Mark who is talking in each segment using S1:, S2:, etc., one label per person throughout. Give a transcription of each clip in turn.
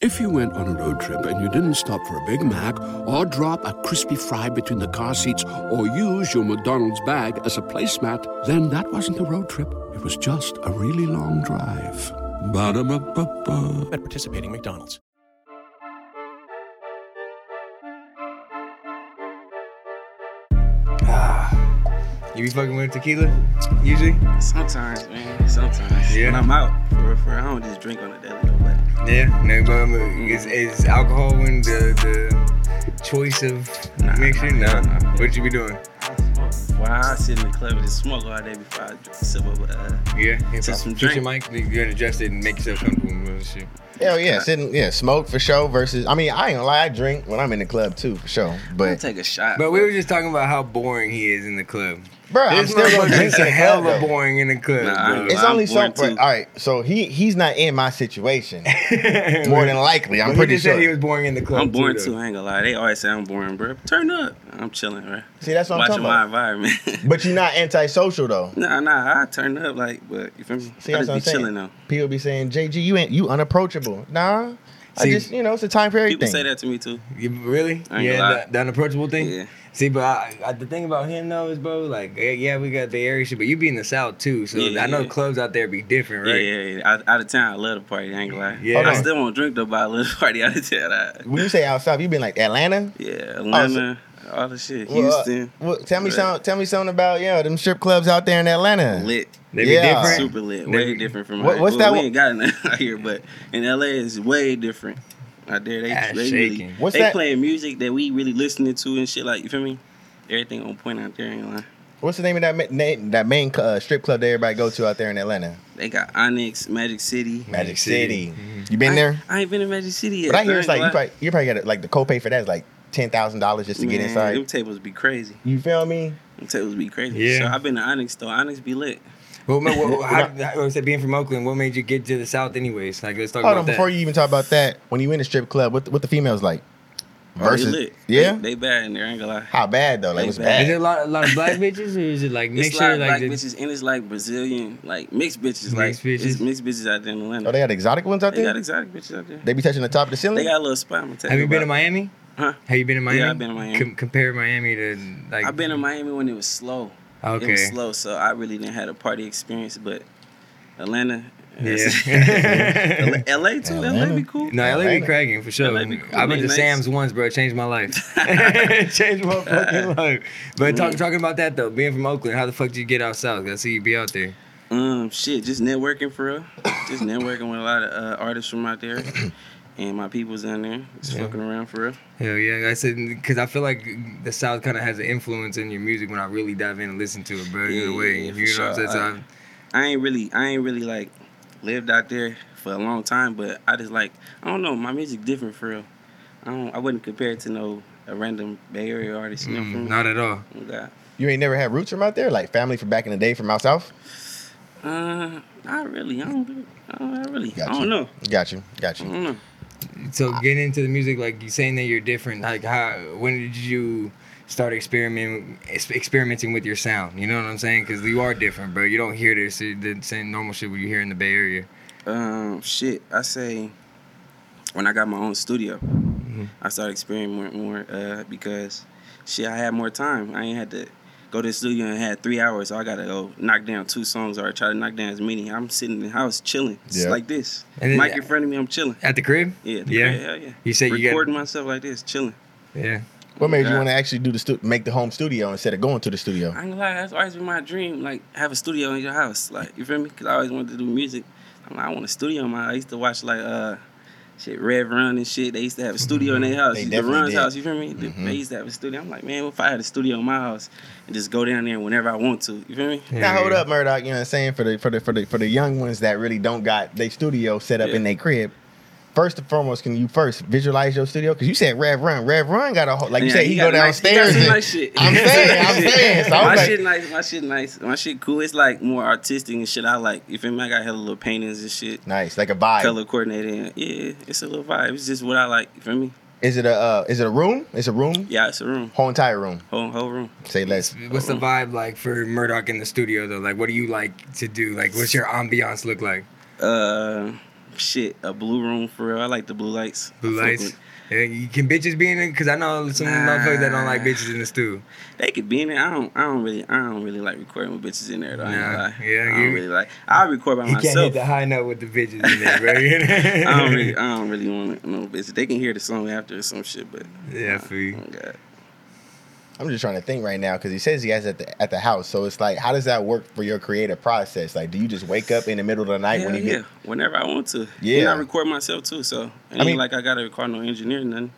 S1: If you went on a road trip and you didn't stop for a Big Mac or drop a crispy fry between the car seats or use your McDonald's bag as a placemat, then that wasn't a road trip. It was just a really long drive. Ba-da-ba-ba-ba.
S2: at participating McDonald's.
S3: You be fucking with tequila usually?
S4: Sometimes, man. Sometimes.
S3: Yeah.
S4: When I'm out, for, for I don't just drink on the daily, though, but
S3: Yeah, no, but but is, is alcohol in the the choice of
S4: Nah,
S3: mixture? No.
S4: nah, nah, nah.
S3: What you be doing?
S4: I smoke. While I sit in the club and just smoke all day before I dr- sip up uh,
S3: Yeah,
S4: Just
S3: hip-hop.
S4: some
S3: Get your mic.
S4: drink.
S3: You're gonna adjust it and make yourself comfortable. with this shit.
S5: Hell yeah, sitting yeah, smoke for sure. Versus, I mean, I ain't gonna lie, I drink when I'm in the club too for sure.
S4: I'll
S5: But
S4: take a shot.
S3: But we were just talking about how boring he is in the club.
S5: bro, I'm
S3: This
S5: still gonna
S3: motherfucker
S5: drink
S3: is
S5: in the club.
S3: hella
S5: though.
S3: boring in the club.
S4: Nah, I
S3: bro.
S4: ain't
S5: It's
S4: I'm
S5: only
S4: bored,
S5: something.
S4: too.
S5: All right, so he he's not in my situation. More than likely,
S3: But
S5: I'm
S3: he
S5: pretty
S3: just said he
S5: sure.
S3: was boring in the club.
S4: I'm boring
S3: though.
S4: too. I ain't gonna lie. They always say I'm boring, bro. Turn up. I'm chilling, bro.
S5: See, that's what I'm
S4: Watching
S5: talking
S4: my
S5: about.
S4: environment.
S5: But you're not antisocial though.
S4: nah, nah. I turn up like, but you feel me?
S5: See,
S4: I just
S5: that's what
S4: be
S5: I'm saying.
S4: chilling though.
S5: People be saying, JG, you ain't you unapproachable. Nah, I
S3: See-
S5: just you know it's a time for everything.
S4: People say that to me too.
S3: You, really?
S4: I ain't gonna
S3: Yeah,
S4: lie.
S3: the, the unapproachable thing.
S4: Yeah.
S3: See, but I, I, the thing about him though is, bro, like, eh, yeah, we got the area shit, but you be in the south too, so
S4: Yeah,
S3: I know
S4: yeah.
S3: clubs out there be different, right?
S4: Yeah, yeah, yeah. Out, out of town, I love the party. I ain't gonna lie.
S3: Yeah.
S4: I still won't drink though, but I love the party out of town. I,
S5: When you say outside, you been like Atlanta,
S4: yeah, Atlanta, all the shit.
S5: Well, uh,
S4: Houston,
S5: well, tell me
S4: Right.
S5: some, tell me something about yeah them strip clubs out there in Atlanta.
S4: lit.
S3: They be
S5: Yeah.
S3: different.
S4: Super lit.
S3: They
S4: Way
S3: be-
S4: different from
S5: What-
S4: out-
S5: what's
S4: well,
S5: that
S4: We
S5: one-
S4: ain't got nothing out here, but in LA it's way different. Out there, they,
S3: Ass
S4: they
S3: shaking.
S4: really,
S5: What's
S4: they
S5: that-
S4: playing music that we really listening to and shit. Like you feel me? Everything on point out there. Ain't lying.
S5: What's the name of that ma- name, that main uh, strip club that everybody go to out there in Atlanta?
S4: They got Onyx, Magic City. Mm-hmm.
S5: Magic
S3: City.
S5: City. You been there?
S4: I, I ain't been in Magic City yet.
S5: But I hear
S4: so ain't
S5: it's like you
S4: gonna lie.
S5: probably you probably got like the copay for that is like ten thousand dollars just to get
S4: Man, Them
S5: inside.
S4: tables be crazy.
S5: You feel me?
S4: Them tables be crazy.
S3: Yeah.
S4: So I've been to Onyx though. Onyx be lit.
S3: Well, ma- well, how, how, I said being from Oakland, what made you get to the south, anyways? Like, let's talk
S5: Hold
S3: about
S5: on,
S3: that.
S5: before you even talk about that, when you in a strip club, what what the females like?
S4: Oh, they
S5: Versus,
S4: lit.
S5: yeah,
S4: They, they bad in there. I ain't gonna lie.
S5: how bad though? Like
S4: They
S5: what's
S4: bad.
S3: is
S5: bad?
S3: there a lot, a lot of black bitches, or is it like
S4: It's
S3: mixture?
S4: like black
S3: the-
S4: bitches and it's like Brazilian, like mixed bitches, like
S3: Mixed bitches?
S4: it's mixed bitches out there in Atlanta.
S5: Oh, they got exotic ones out
S4: They
S5: there.
S4: got exotic bitches out there.
S5: They be touching the top of the ceiling.
S4: They got a little spot. I'm gonna tell
S3: Have you been to
S4: about.
S3: Miami?
S4: Huh?
S3: Have you been to Miami?
S4: Yeah, I've been to Miami.
S3: Com- compare Miami to like.
S4: I've been to Miami when it was slow. It
S3: Okay.
S4: was slow, so I really didn't have a party experience. But Atlanta,
S3: Yeah.
S4: LA, LA too. LA
S5: Atlanta.
S4: be cool.
S3: No, LA be
S5: Atlanta.
S3: cracking for sure.
S4: LA be cool.
S3: I've been
S4: They
S3: to
S4: nice.
S3: Sam's once, bro. It Changed my life. changed my fucking life. But talk, talking about that though, being from Oakland, how the fuck did you get out south? I see you be out there.
S4: Um, shit, just networking for real. just networking with a lot of uh, artists from out there, and my people's down there, just fucking around for real.
S3: Hell yeah, I said because I feel like the South kind of has an influence in your music when I really dive in and listen to it, bro.
S4: Yeah,
S3: in a way,
S4: yeah, for
S3: you know what I'm
S4: sure.
S3: saying? So
S4: I- I ain't really, I ain't really like lived out there for a long time, but I just like, I don't know, my music different for real. I don't, I wouldn't compare it to no a random Bay Area artist. You know,
S3: I-
S5: Mm,
S4: from
S3: not at all.
S4: Oh, God.
S5: you ain't never had roots from out there, like family from back in the day from out south.
S4: Uh, not really. I don't. do- I don't I really.
S5: Got
S4: I don't
S5: you.
S4: know.
S5: Got you, got
S4: I
S5: you.
S4: don't know.
S3: So
S4: Uh,
S3: getting into the music, like you saying that you're different. Like how? When did you start experimenting experimenting with your sound? You know what I'm saying? Because you are different, bro. You don't hear this the same normal shit what you hear in the Bay Area.
S4: Um, shit. I say, when I got my own studio,
S3: Mm-hmm.
S4: I started experimenting more, more uh, because shit, I had more time. I ain't had to go to the studio and had three hours. So I gotta go knock down two songs or try to knock down as many. I'm sitting in the house chilling, just
S5: Yeah.
S4: like this.
S3: And then-
S4: Mic in front of me, I'm chilling.
S3: At the crib?
S4: Yeah, the
S3: yeah.
S4: crib, hell yeah.
S3: You said you
S4: recording
S3: got
S4: myself like this, chilling.
S3: yeah.
S5: What made you
S4: Yeah.
S5: want to actually do the stu- make the home studio instead of going to the studio?
S4: I ain't gonna lie, that's always been my dream. Like, have a studio in your house. Like, you feel me? Because I always wanted to do music. I'm like, I want a studio in my I used to watch, like, uh, shit, Rev Run and shit. They used to have a studio in their house.
S5: Mm-hmm. They
S4: The
S5: definitely
S4: Run's
S5: did. Mm-hmm.
S4: house, you feel me? The- They used to have a studio. I'm like, man, what if I had a studio in my house and just go down there whenever I want to? You feel me?
S3: yeah.
S5: Now hold up, Murdoch. You know what I'm saying for the for the for the for the young ones that really don't got their studio set up
S4: Yeah.
S5: in their crib. First and foremost, can you first visualize your studio? Because you said Rev Run, Rev Run got a whole like you
S4: Yeah,
S5: said he,
S4: he
S5: go
S4: got a nice- he got
S5: downstairs.
S4: some
S5: and-
S4: nice shit.
S5: I'm saying, I'm saying. So I
S4: my
S5: was like,
S4: shit nice, my shit nice, my shit cool. It's like more artistic and shit. I like, you feel me? I got hella little paintings and shit,
S5: nice, like a vibe.
S4: color coordinated. and- Yeah, it's a little vibe. It's just what I like. You feel me?
S5: Is it a uh, is it a room? It's a room,
S4: Yeah, it's a room,
S5: whole entire room.
S4: whole whole room.
S5: Say less.
S3: What's the
S4: Uh-huh.
S3: vibe like for Murdoch in the studio though? Like, what do you like to do? Like, what's your ambiance look like?
S4: uh shit, a blue room for real. I like the blue lights.
S3: Blue
S4: I fuck
S3: lights.
S4: with-
S3: Yeah, you can bitches be in it because I know some
S4: Nah.
S3: motherfuckers that don't like bitches in the stew.
S4: They could be in it. I don't. I don't really. I don't really like recording with bitches in there. Though. I ain't gonna
S3: Nah.
S4: lie.
S3: Yeah,
S4: I don't
S3: you-
S4: really like. I record by
S3: You can't hit
S4: myself.
S3: the high note with the bitches in there, bro.
S4: I don't really. I don't really want no bitches. They can hear the song after or some shit, but
S3: Yeah, for you.
S4: Oh, God.
S5: I'm just trying to think right now because he says he has it at the at the house. So it's like, how does that work for your creative process? Like, do you just wake up in the middle of the night
S4: Hell
S5: when you
S4: yeah,
S5: get?
S4: whenever I want to.
S5: Yeah.
S4: And I record myself too, so I
S5: mean-
S4: mean, like I gotta record no engineer or nothing.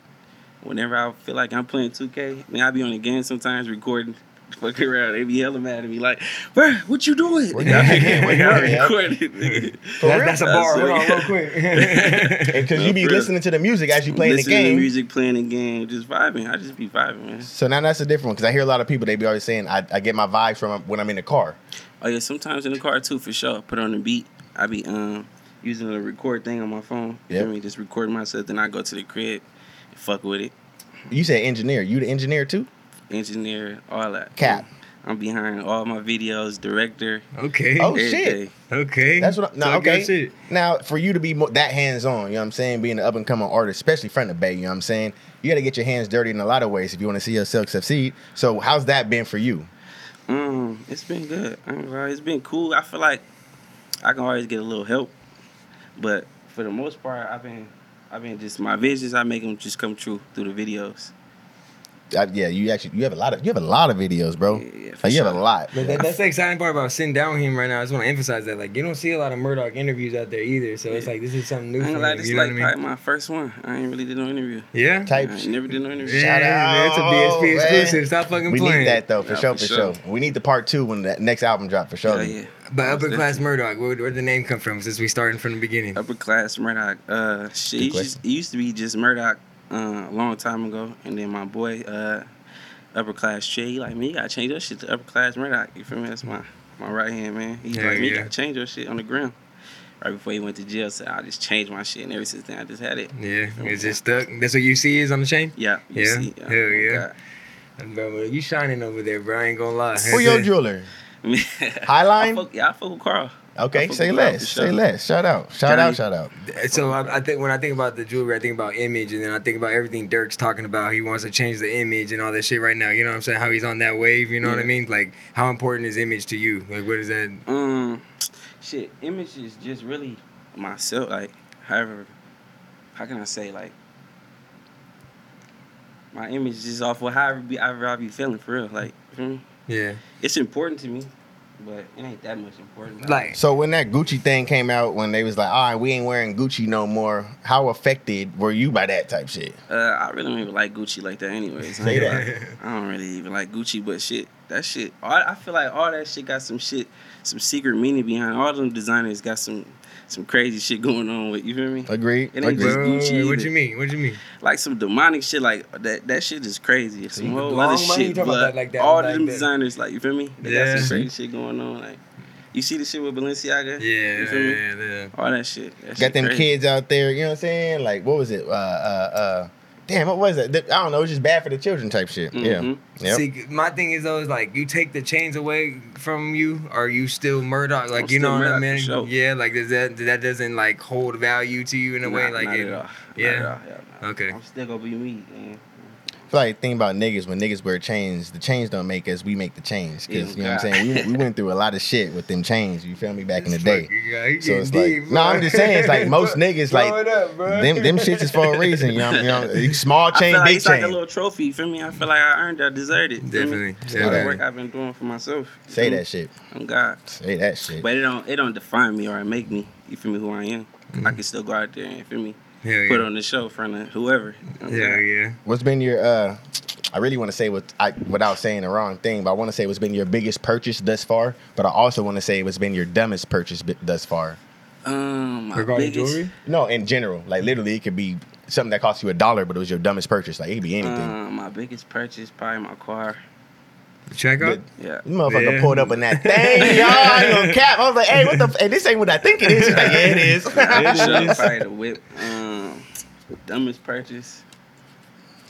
S4: Whenever I feel like I'm playing 2K, I mean, I be on the game sometimes recording. Fuck around, they be hella mad at me like, bruh, what you doing?
S5: Where
S4: Where
S5: you at? Where you at?
S4: recorded.
S5: For
S3: That-
S5: real?
S3: that's a bar. Hold on, real quick.
S5: Because you
S4: No,
S5: be
S4: for real.
S5: listening to the music as you playing the
S4: Listening
S5: game.
S4: to music, playing the game, just vibing. I just be vibing, man.
S5: So now that's a different one because I hear a lot of people they be always saying I, I get my vibes from when I'm in the car.
S4: Oh yeah, sometimes in the car too for sure. Put on the beat. I be um using the record thing on my phone. Yeah.
S5: Yep.
S4: I mean, just recording myself. Then I go to the crib, and fuck with it.
S5: You said engineer, you the engineer too?
S4: engineer, all that.
S5: Cap.
S4: I'm behind all my videos, director.
S3: okay.
S5: Oh,
S4: everything.
S5: shit.
S3: Okay.
S5: That's what. I, no,
S3: Talk your
S5: okay.
S3: shit.
S5: Now for you to be mo- that hands on, you know what I'm saying, being an up and coming artist, especially front of bay, you know what I'm saying, you got to get your hands dirty in a lot of ways if you want to see yourself succeed. So how's that been for you?
S4: Um, it's been good. I ain't gonna lie, It's been cool. I feel like I can always get a little help, but for the most part, I've been, I've been just my visions. I make them just come true through the videos.
S5: Uh, yeah, you actually you have a lot of you have a lot of videos, bro.
S4: Yeah, yeah, for
S5: like, you have a
S4: sure.
S5: lot.
S3: But that, that's the exciting part about sitting down with him right now. I just want to emphasize that. Like, you don't see a lot of Murdoch interviews out there either. So it's
S4: Yeah.
S3: like, this is something
S4: I
S3: new
S4: ain't
S3: for
S4: gonna lie,
S3: him.
S4: this
S3: You
S4: is
S3: know
S4: like
S3: what I
S4: probably
S3: mean?
S4: my first one. I ain't really did no interview.
S3: Yeah.
S4: I
S5: Type.
S4: ain't
S5: shit.
S4: never did no interview.
S5: Shout
S3: Yeah,
S5: out,
S3: man, It's a BSP
S5: man.
S3: exclusive. Stop fucking
S5: We
S3: playing.
S5: need that though, for
S4: Yeah,
S5: sure, for
S4: for sure.
S5: sure. We need the part two when that next album drop for sure.
S4: Yeah, yeah.
S3: But upper
S4: It's
S3: class Murdoch, where where the name come from? Since we started from the beginning.
S4: upper class Murdoch. Uh, shit,
S5: Good
S4: it used,
S5: question.
S4: it used to be just Murdoch uh, a long time ago, and then my boy uh, upper class Trey, he like man, you gotta change your shit to upper class Murdoch. You feel me? That's my my right hand man. He
S3: Hell
S4: like, man, you
S3: yeah.
S4: gotta change your shit on the ground. Right before he went to jail, said I just changed my shit, and ever since then I just had it.
S3: Yeah, it's just stuck. That's what you see is on the chain.
S4: Yeah, you
S3: Yeah?
S4: see, uh, oh
S3: Hell yeah.
S4: God.
S3: Bro, you shining over there, bro. I ain't gonna lie.
S5: Who your jeweler?
S4: I mean,
S5: Highline?
S4: I fuck, yeah, I fuck with Carl. I
S5: Okay,
S4: fuck
S5: say
S4: with Carl
S5: less,
S4: for sure.
S5: say less. Shout out, shout
S4: Johnny.
S5: out, shout out.
S3: So I, I think when I think about the jewelry, I think about image, and then I think about everything Dirk's talking about. He wants to change the image and all that shit right now. You know what I'm saying? How he's on that wave. You know what I
S4: Yeah.
S3: mean? Like, how important is image to you? Like, what is that?
S4: Um, shit, image is just really myself. Like, however, how can I say like my image is just off what however be however I be feeling for real. Like, feel me?
S3: Yeah.
S4: it's important to me, but it ain't that much important.
S3: Like,
S5: So when that Gucci thing came out, when they was like, "All right, we ain't wearing Gucci no more," how affected were you by that type shit?
S4: uh, I really don't even like Gucci like that, anyways. I
S5: Say
S4: ain't
S5: that.
S4: gonna lie. I don't really even like Gucci, but shit, that shit. All, I feel like all that shit got some shit, some secret meaning behind. All them designers got some, some crazy shit going on with. You feel
S5: Oh,
S4: me?
S5: Agreed.
S4: It ain't
S5: Agreed.
S4: just-
S3: bro,
S4: Gucci
S3: what
S4: either.
S3: you mean? What you mean?
S4: like some demonic shit like that that shit is crazy. Some whole
S3: Long
S4: other
S3: money, you
S4: shit.
S3: talking about
S4: blood.
S3: that like that,
S4: All
S3: like
S4: them
S3: that.
S4: designers, like you feel me? They got
S3: Yeah.
S4: some crazy shit going on. Like you see the shit with Balenciaga?
S3: Yeah.
S4: You feel me?
S3: yeah, yeah.
S4: All that shit. That
S5: Got
S4: shit
S5: them
S4: crazy.
S5: kids out there. You know what I'm saying? Like, what was it? Uh, uh, uh. Damn, what was it? Th- I don't know. It's just bad for the children type shit.
S4: Mhm.
S5: Yeah. Yep.
S3: See, my thing is though is like you take the chains away from you, are you still Murdoch? Like
S4: I'm
S3: you know
S4: still
S3: what I
S4: Murdoch, for
S3: mean?
S4: sure.
S3: Yeah, like does that that doesn't like hold value to you in a
S4: Nah,
S3: way? Like
S4: not
S3: it-
S4: at all. Not
S3: yeah.
S4: at all. Yeah, nah.
S3: Okay.
S4: I'm still gonna be me. Man.
S5: I feel like the thing about niggas when niggas wear chains, the chains don't make us. We make the chains. Cause you know what I'm saying. We, we went through a lot of shit with them chains. You feel me? Back in the day. So it's like, no, I'm just saying, it's like most niggas, like, them them shits is for a reason. You know, you know small
S4: I
S5: chain,
S4: feel like
S5: big
S4: it's
S5: chain.
S4: like a little trophy. You feel me? I feel like I earned, it, I deserved it. you feel me?
S3: Definitely,
S4: It's all the
S5: definitely.
S4: work I've been doing for myself. you
S5: Say
S4: feel
S5: that shit.
S4: me? I'm God.
S5: Say that shit.
S4: But it don't it don't define me or make me. You feel me? Who I am.
S3: Mm-hmm.
S4: I can still go out there and feel me.
S3: Hell yeah.
S4: Put on the show in front of whoever. I'm
S3: Hell
S4: God.
S3: yeah.
S5: What's been your? uh I really want to say what I without saying the wrong thing, but I want to say what's been your biggest purchase thus far. But I also want to say what's been your dumbest purchase bi- thus far.
S4: Um, my
S3: Regarding
S4: biggest,
S3: jewelry?
S5: No, in general, like literally, it could be something that cost you a dollar, but it was your dumbest purchase. Like it could be anything.
S4: Um, my biggest purchase, probably my car.
S3: Check out.
S5: But-
S4: Yeah.
S5: You motherfucker
S3: Yeah.
S5: pulled up in that thing, y'all. You gonna cap? I was like, hey, what the? F- hey, this ain't what I think it is. She's like, yeah, it is.
S4: Sure, probably the whip. Um, dumbest purchase.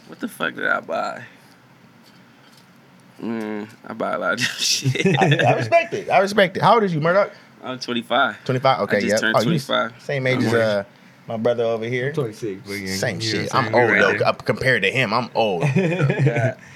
S4: What the fuck did I buy? Mm, I buy a lot of dumb shit.
S5: I, I respect it. I respect it. How old is you, Murdoch?
S4: uh, I'm 25.
S5: 25? Okay,
S4: I just
S5: yeah.
S4: turned
S5: oh, you
S4: 25.
S5: same age as uh, my brother over here.
S3: 26. But yeah,
S5: Same
S3: you know
S5: shit.
S3: what
S5: I'm
S3: saying?
S5: old
S3: We
S5: though.
S3: right
S5: Uh, Compared to him, I'm old.
S3: there.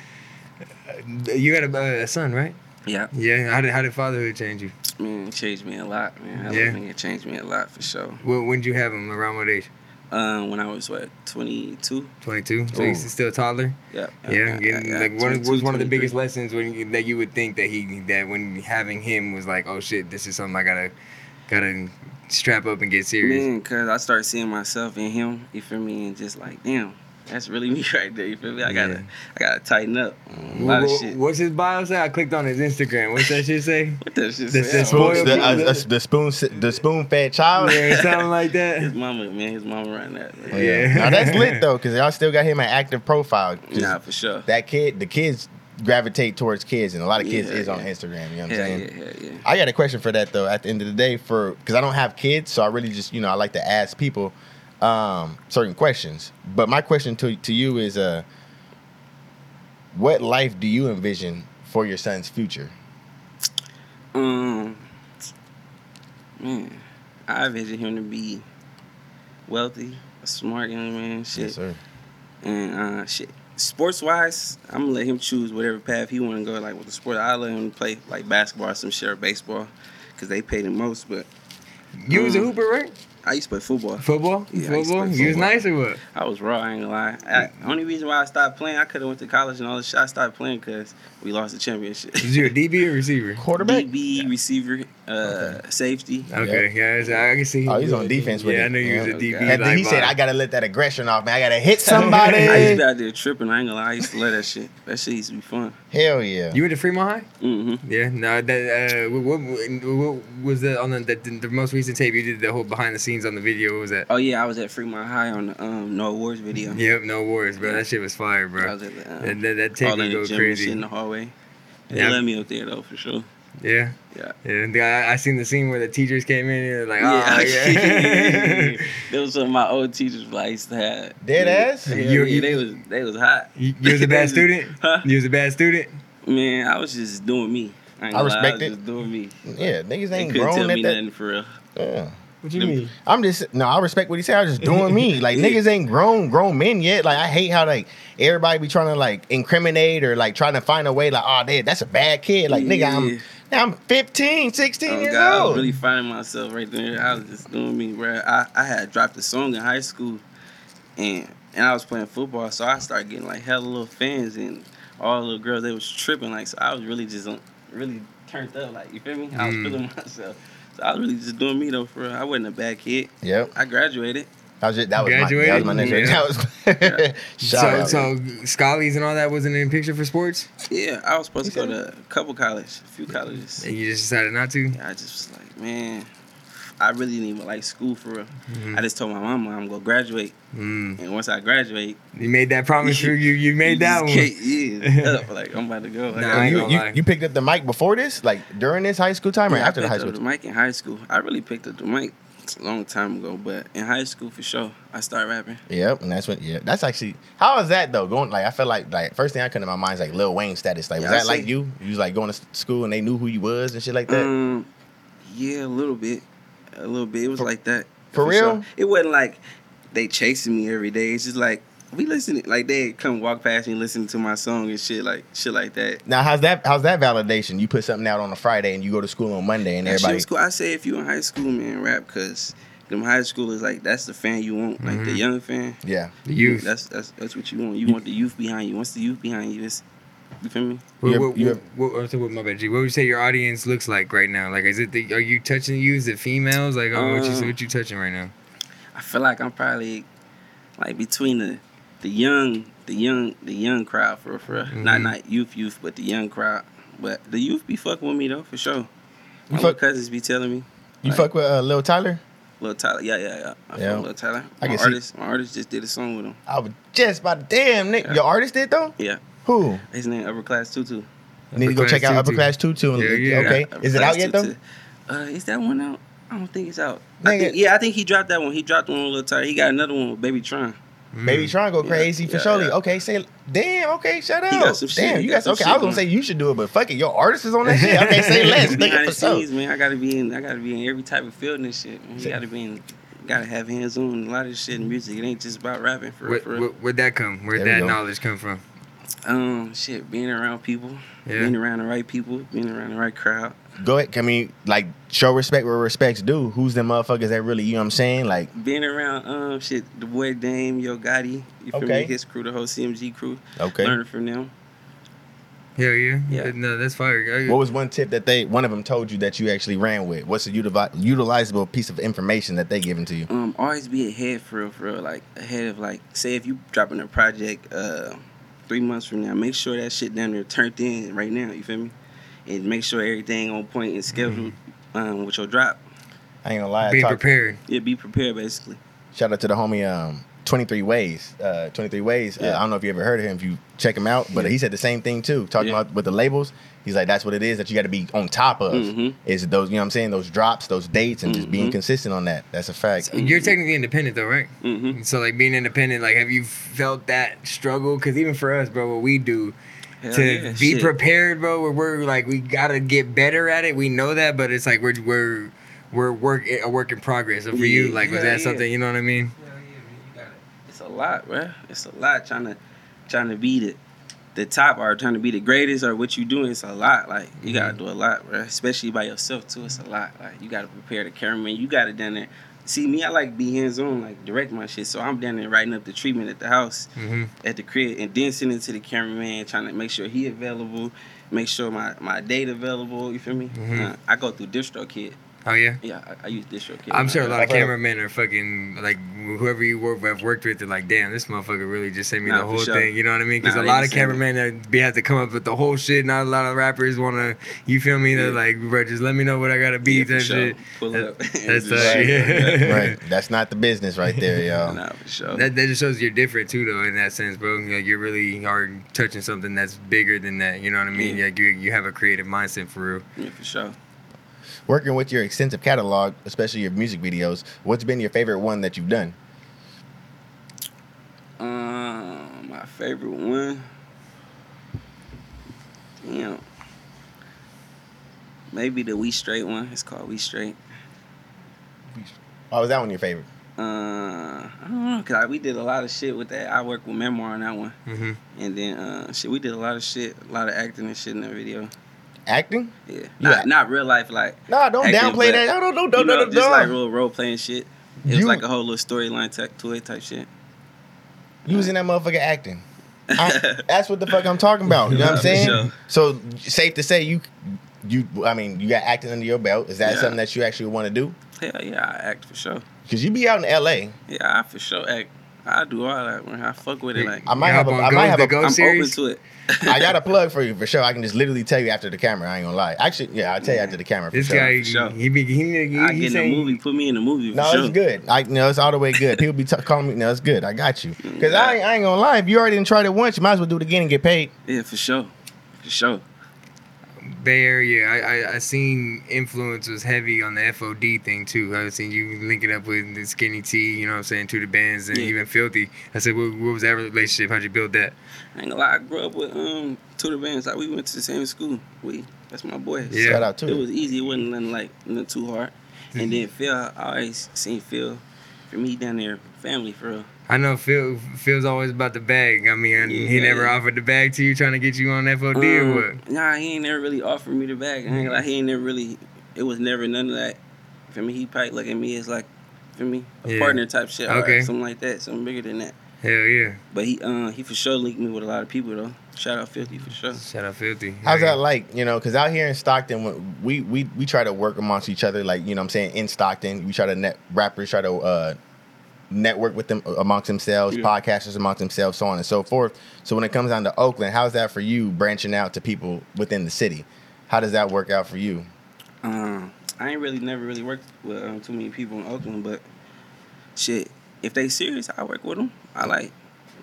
S3: Uh, you got a, a son, right?
S4: Yeah,
S3: Yeah. How did how did fatherhood change you?
S4: man, it changed me a lot, man. I
S3: Yeah.
S4: think it changed me a lot for sure.
S3: When when did you have him? Around what age?
S4: Um, when I was what 22.
S3: 22. So he's
S5: Ooh.
S3: still a toddler.
S4: Yeah,
S3: Yeah, and like one of-
S4: 22,
S3: was one of the
S4: 23.
S3: biggest lessons when you, that you would think that he that when having him was like, oh shit, this is something I gotta gotta strap up and get serious.
S4: Man, cause I started seeing myself in him. You feel me? And just like, damn, that's really me right there. You feel me? I gotta,
S3: Yeah.
S4: I gotta tighten up. on A
S3: Wh-
S4: lot of
S3: wh-
S4: shit. What
S3: What's his bio say? I clicked on his Instagram. What's that shit say?
S4: that shit?
S3: That's-
S4: say?
S3: that's
S4: I don't know.
S3: spoiled
S5: the,
S3: kid.
S5: uh, uh, the spoon, the spoon fed child.
S3: yeah, something like
S4: His
S3: that.
S4: mama, man, his mama right now.
S3: Yeah.
S5: now that's lit though, because y'all still got him an active profile. 'Cause
S4: Nah, for sure.
S5: That kid, the kids gravitate towards kids, and a lot of kids
S4: Yeah,
S5: is on
S4: yeah.
S5: Instagram. You know what I'm
S4: Yeah, yeah,
S5: saying?
S4: yeah, yeah.
S5: I got a question for that though. At the end of the day, for because I don't have kids, so I really just you know I like to ask people um, certain questions. But my question to to you is, uh, what life do you envision for your son's future?
S4: Um, man, I envision him to be wealthy, a smart young man, shit,
S5: sir.
S4: and uh, shit. Sports wise, I'm gonna let him choose whatever path he wanna go. Like with the sport, I let him play like basketball or some shit or baseball, cause they pay the most. But
S3: You was a
S4: Mm.
S3: hooper, right?
S4: I used to play football.
S3: Football.
S4: Yeah, I used to
S3: football.
S4: play
S3: You was
S4: football.
S3: nice or what?
S4: I was raw. I ain't gonna lie. I, only reason why I stopped playing, I could have went to college and all this shit. I stopped playing cause we lost the championship.
S3: Was you a DB or receiver?
S5: Quarterback.
S4: DB receiver, uh, safety.
S3: Okay, yeah, I can see.
S5: Oh, he's on defense with
S3: Yeah,
S5: it.
S3: I knew you was a
S5: Yeah.
S3: DB.
S5: And then he
S3: like,
S5: said,
S3: wow.
S5: "I gotta let that aggression off, man. I gotta hit somebody."
S4: I used to be out there tripping. I ain't gonna lie. I used to love that shit. That shit used to be fun.
S5: Hell yeah.
S3: You went to Fremont High?
S4: hmm
S3: Yeah, no, that uh, what, what, what was that on the, the the most recent tape you did the whole behind the scenes on the video? What was that?
S4: Oh yeah, I was at Fremont High on the um, No Awards video.
S3: Yep, no worries, bro. That shit was fire,
S4: I
S3: bro.
S4: was at the, um,
S3: And that, that tape
S4: all
S3: would
S4: in the
S3: go
S4: gym and shit in
S3: crazy.
S4: the hallway. They
S3: Yeah.
S4: let me up there though for sure.
S3: Yeah,
S4: Yeah.
S3: yeah. And I, I seen the scene where the teachers came in and they're like, oh,
S4: Yeah.
S3: yeah.
S4: there was some of my old teachers like, I used to have.
S5: Dead ass?
S4: Yeah,
S3: You-
S4: yeah,
S3: you-
S4: they was they was hot.
S3: you, you was a bad student.
S4: Huh?
S3: You was a bad student.
S4: Man, I was just doing me. I, ain't
S5: I
S4: gonna lie,
S5: respect
S4: I
S5: it.
S4: was Just doing me.
S5: yeah, niggas
S4: They
S5: ain't
S4: couldn't tell
S5: grown
S4: me
S5: at that.
S4: nothing for real.
S5: Yeah.
S3: What
S4: you mean?
S5: I'm just no. I respect what he said. I was just doing me. Like
S4: Yeah.
S5: niggas ain't grown, grown men yet. Like I hate how like everybody be trying to like incriminate or like trying to find a way. Like oh, damn, that's a bad kid. Like nigga,
S4: Yeah.
S5: I'm now I'm 15, 16
S4: Oh
S5: years
S4: God, I
S5: old.
S4: was really finding myself right there. I was just doing me, bro. I, I had dropped a song in high school, and and I was playing football, so I started getting like hella little fans, and all the little girls they was tripping like. So I was really just um, really turned up, like you feel me? I was
S3: Mm.
S4: feeling myself. So I was really just doing me though, for real. I wasn't a bad kid.
S5: Yep.
S4: I graduated.
S5: That was just, that was my that was my next.
S3: Graduated?
S5: That was
S4: Yeah.
S5: shout out.
S3: so, so Scally's and all that wasn't in the picture for sports.
S4: Yeah, I was supposed to go to a couple college, a few colleges.
S3: And you just decided not to.
S4: I just was like, man, I really didn't even like school for real. I just told my mama I'm gonna graduate,
S3: Mm-hmm. Mm.
S4: and once I graduate.
S3: You made that promise. you you you made
S4: You
S3: that one.
S4: just can't- Yeah, up, like I'm about to go. I
S3: Nah,
S5: So
S4: gotta
S3: I ain't
S5: you,
S3: gonna
S5: you,
S3: lie.
S5: you picked up the mic before this, like during this high school time or
S4: Yeah, I
S5: after the
S4: picked
S5: high
S4: up
S5: school?
S4: the mic in high school. I really picked up the mic a long time ago, but in high school for sure, I started rapping.
S5: Yep, and that's what. Yeah, that's actually. How is that though? Going like I felt like like first thing I come to my mind is like Lil Wayne status. Like was
S4: Yeah, I
S5: that like
S4: see.
S5: you? You was like going to s- school and they knew who you was and shit like that.
S4: Um, yeah, a little bit, a little bit. It was like that.
S5: for
S4: sure.
S5: real?
S4: It wasn't like they chasing me every day. It's just like we listening. Like they come walk past me, listening to my song and shit, like shit like that.
S5: Now how's that? How's that validation? You put something out on a Friday and you go to school on Monday and
S4: That shit
S5: everybody.
S4: was cool. I say if you in high school, man, rap, cause them high schoolers like that's the fan you want, like
S5: Mm-hmm.
S4: the young fan.
S5: Yeah,
S3: The youth.
S4: That's that's that's what you want. You want the youth behind you. Once the youth behind you, it's you feel me?
S3: What,
S5: You're-
S3: what,
S5: you're-
S3: what, what, what, my bad, G. What would you say your audience looks like right now? Like, is it the, are you touching you? Is it females? Like, oh, what
S4: Uh,
S3: you what you touching right now?
S4: I feel like I'm probably like between the the young the young the young crowd for for not
S5: Mm-hmm.
S3: Mhm.
S4: not youth youth but the young crowd. But the youth be fucking with me though for sure. My
S5: fuck-
S4: little cousins be telling me.
S5: you
S4: Like-
S5: fuck with uh, Lil Tyler.
S4: Little Tyler, yeah, yeah, yeah. I
S5: Yeah.
S4: yeah. Little Tyler.
S5: I
S4: My
S5: can see-
S4: artist, my artist just did a song with him.
S5: I was just about damn. Nick, your artist did though.
S4: Yeah,
S5: Who?
S4: his name Upper Class Tutu.
S5: Need to go
S3: Upperclass
S5: check out Upper
S3: Tutu.
S5: Class Two Two.
S3: Yeah, yeah.
S5: Okay,
S4: Yeah,
S5: is it
S4: Upperclass
S5: out yet though?
S4: Tutu. Uh, is that one out? I don't think it's out. I
S5: Nigga.
S4: think, yeah, I think he dropped that one. He dropped one with Little Tyler. He got another one with Baby Tron.
S3: Hmm.
S5: Baby Tron go
S4: Yeah,
S5: crazy for
S4: yeah,
S5: surely.
S4: yeah.
S5: Okay, say damn. Okay, shut up.
S4: He got some shit.
S5: damn,
S4: He
S5: you
S4: got
S5: got
S4: some
S5: okay.
S4: shit
S5: I was gonna
S4: going.
S5: say you should do it, but fuck it, your artist is on that shit. Okay, say less. nigga,
S4: Behind
S5: for
S4: the
S5: sure.
S4: scenes, man. I gotta be in. I gotta be in every type of field and shit. Man. You gotta be in. Gotta have hands on a lot of shit in
S5: Mm-hmm.
S4: music. It ain't just about rapping for real.
S3: Where,
S4: For real.
S3: where, would that come? Where'd
S5: There we
S3: that
S5: go.
S3: knowledge come from?
S4: Um, shit, being around people,
S3: Yeah.
S4: being around the right people, being around the right crowd.
S5: Go ahead. I mean, like, show respect where respect's due. Who's them motherfuckers that really, you know what I'm saying? Like,
S4: Being around um shit, the boy Dame, Yo Gotti, you feel
S5: Okay.
S4: me? His crew, the whole CMG crew.
S5: okay.
S4: Learning from them.
S3: Hell yeah.
S4: Yeah.
S3: No, that's fire. I-
S5: What was one tip that they, one of them told you that you actually ran with? What's a utili- utilizable piece of information that they given to you?
S4: Um, always be ahead for real, for real. Like ahead of like, say if you dropping a project uh three months from now, make sure that shit down there turned in right now. You feel me? And make sure everything on point and scheduled
S3: Mm-hmm.
S4: um with your drop.
S5: I ain't gonna lie. I
S3: Being
S5: talked-
S3: prepared.
S4: Yeah, be prepared basically.
S5: Shout out to the homie um, 23 Ways. Uh, 23 Ways. Uh,
S4: Yeah.
S5: I don't know if you ever heard of him, if you check him out, but he said the same thing too. Talking
S4: Yeah.
S5: about with the labels, he's like, that's what it is that you got to be on top of.
S4: Mhm.
S5: Is those, you know what I'm saying, those drops, those dates, and just being
S4: Mhm.
S5: consistent on that. That's a fact.
S3: You're technically independent though, right?
S4: Mm-hmm.
S3: So like being independent, like have you felt that struggle? Because even for us, bro, what we do to be prepared, bro, we're, we're like we gotta get better at it. We know that, but it's like we're we're we're work a work in progress. So for you,
S4: Yeah,
S3: like was
S4: yeah,
S3: that
S4: yeah.
S3: something? You know what I mean?
S4: It's a lot, bruh. It's a lot trying to trying to be the the top or trying to be the greatest or what you doing. It's a lot. Like you gotta
S3: Mm-hmm.
S4: do a lot, bruh. Especially by yourself too. It's a lot. Like you gotta prepare the cameraman. You gotta down there. See me, I like be hands on, like direct my shit. So I'm down there writing up the treatment at the house,
S3: Mhm.
S4: at the crib, and then sending it to the cameraman, trying to make sure he available, make sure my my date available. You feel me?
S3: Mhm.
S4: Uh, I go through DistroKid.
S3: Oh yeah.
S4: Yeah, I, I use DistroKid.
S3: I'm sure a lot of
S5: I've heard-
S3: cameramen are fucking like whoever you work have worked with. They're like, damn, this motherfucker really just sent me
S4: Nah,
S3: the
S4: for
S3: whole
S4: sure.
S3: thing. You know what I mean? Because
S4: Nah,
S3: a
S4: they
S3: lot
S4: can
S3: of
S4: send it.
S3: cameramen that be have to come up with the whole shit. Not a lot of rappers want to. You feel me? They're
S4: Yeah.
S3: like, bro, just let me know what I gotta be.
S4: Yeah,
S3: Yeah,
S4: for sure.
S3: shit.
S4: Pull
S3: That-
S4: up.
S3: That's uh,
S4: Right,
S3: yeah.
S5: right. That's not the business right there, y'all.
S4: Nah, for sure.
S3: That, that just shows you're different too, though, in that sense, bro. Like you really are touching something that's bigger than that. You know what I mean?
S4: Yeah.
S3: Like you, you have a creative mindset for real.
S4: yeah, for sure.
S5: Working with your extensive catalog, especially your music videos, what's been your favorite one that you've done?
S4: Um, my favorite one. Damn. Maybe the We Straight one. It's called We Straight.
S5: Why was that one your favorite?
S4: Uh, I don't know, cause I, we did a lot of shit with that. I worked with Memoir on that one,
S3: hmm
S4: and then uh, shit, we did a lot of shit, a lot of acting and shit in that video.
S5: Acting?
S4: Yeah,
S5: Yeah.
S4: not, not real life, like
S5: Nah, don't
S4: Acting,
S5: downplay
S4: but-
S5: that. No, no, no, no,
S4: you
S5: no,
S4: know,
S5: no.
S4: just like
S5: no.
S4: real role playing shit. It
S5: You-
S4: was like a whole little storyline tech to it type shit.
S5: using that motherfucker acting. I, that's what the fuck I'm talking about. You know what I'm
S4: Yeah,
S5: saying?
S4: for
S5: So safe to say you, you. I mean, you got acting under your belt. Is that
S4: Yeah.
S5: something that you actually want to do?
S4: Hell yeah, I act for sure.
S5: Because you be out in L.A.
S4: Yeah, I for sure act. I do all that. Man. I fuck with it. Like
S5: I might
S3: You
S5: have. A,
S3: hop on
S5: I
S3: Go-
S5: might have.
S3: the
S5: A,
S3: Go
S4: I'm
S3: series.
S4: open to it.
S5: I got a plug for you for sure. I can just literally tell you after the camera. I ain't gonna lie. Actually, yeah, I'll tell you after the camera. For
S3: This
S5: sure.
S3: guy,
S4: for sure.
S3: he be he, he,
S4: I
S3: he
S4: get in a
S3: saying-
S4: movie. Put me in a movie. For
S5: No,
S4: sure.
S5: it's good. I no, it's all the way good. People be t- calling me. No, it's good. I got you. Because I, ain't- I ain't gonna lie. If you already done tried it once, you might as well do it again and get paid.
S4: Yeah, for sure. For sure.
S3: Bay Area, I, I I seen influence was heavy on the FOD thing too. I seen you linking up with the Skinny T, you know what I'm saying, to the bands and
S4: Yeah.
S3: even Filthy. I said, what, what was that relationship? How'd you build that?
S4: I ain't gonna lie. I grew up with um two of the bands. Like we went to the same school. We that's my boy.
S3: Yeah. Mm-hmm.
S5: Shout out
S4: It
S5: to
S4: was
S5: it.
S4: easy. It wasn't nothing like nothing too hard. And then Phil, I always seen Phil. For me down there, family for real.
S3: I know Phil Phil's always about the bag. I mean, and he
S4: Yeah.
S3: never offered the bag to you, trying to get you on FOD or what?
S4: Um, Nah, he ain't never really offered me the bag. I ain't gonna lie, he ain't never really. It was never none of that. For me, he probably look at me as like, for me, a
S3: Yeah.
S4: partner type shit. or
S3: Okay.
S4: something like that. Something bigger than that.
S3: Hell yeah!
S4: But he, uh, he for sure linked me with a lot of people though. Shout out Filthy for sure.
S3: Shout out Filthy.
S5: How's
S3: Yeah.
S5: that like? You know, because out here in Stockton, when we we we try to work amongst each other. Like you know, what I'm saying in Stockton, we try to net rappers try to uh, network with them uh, amongst themselves,
S4: Yeah.
S5: podcasters amongst themselves, so on and so forth. So when it comes down to Oakland, how's that for you branching out to people within the city? How does that work out for you?
S4: Um, I ain't really never really worked with um, too many people in Oakland, but shit, if they serious, I work with them. I like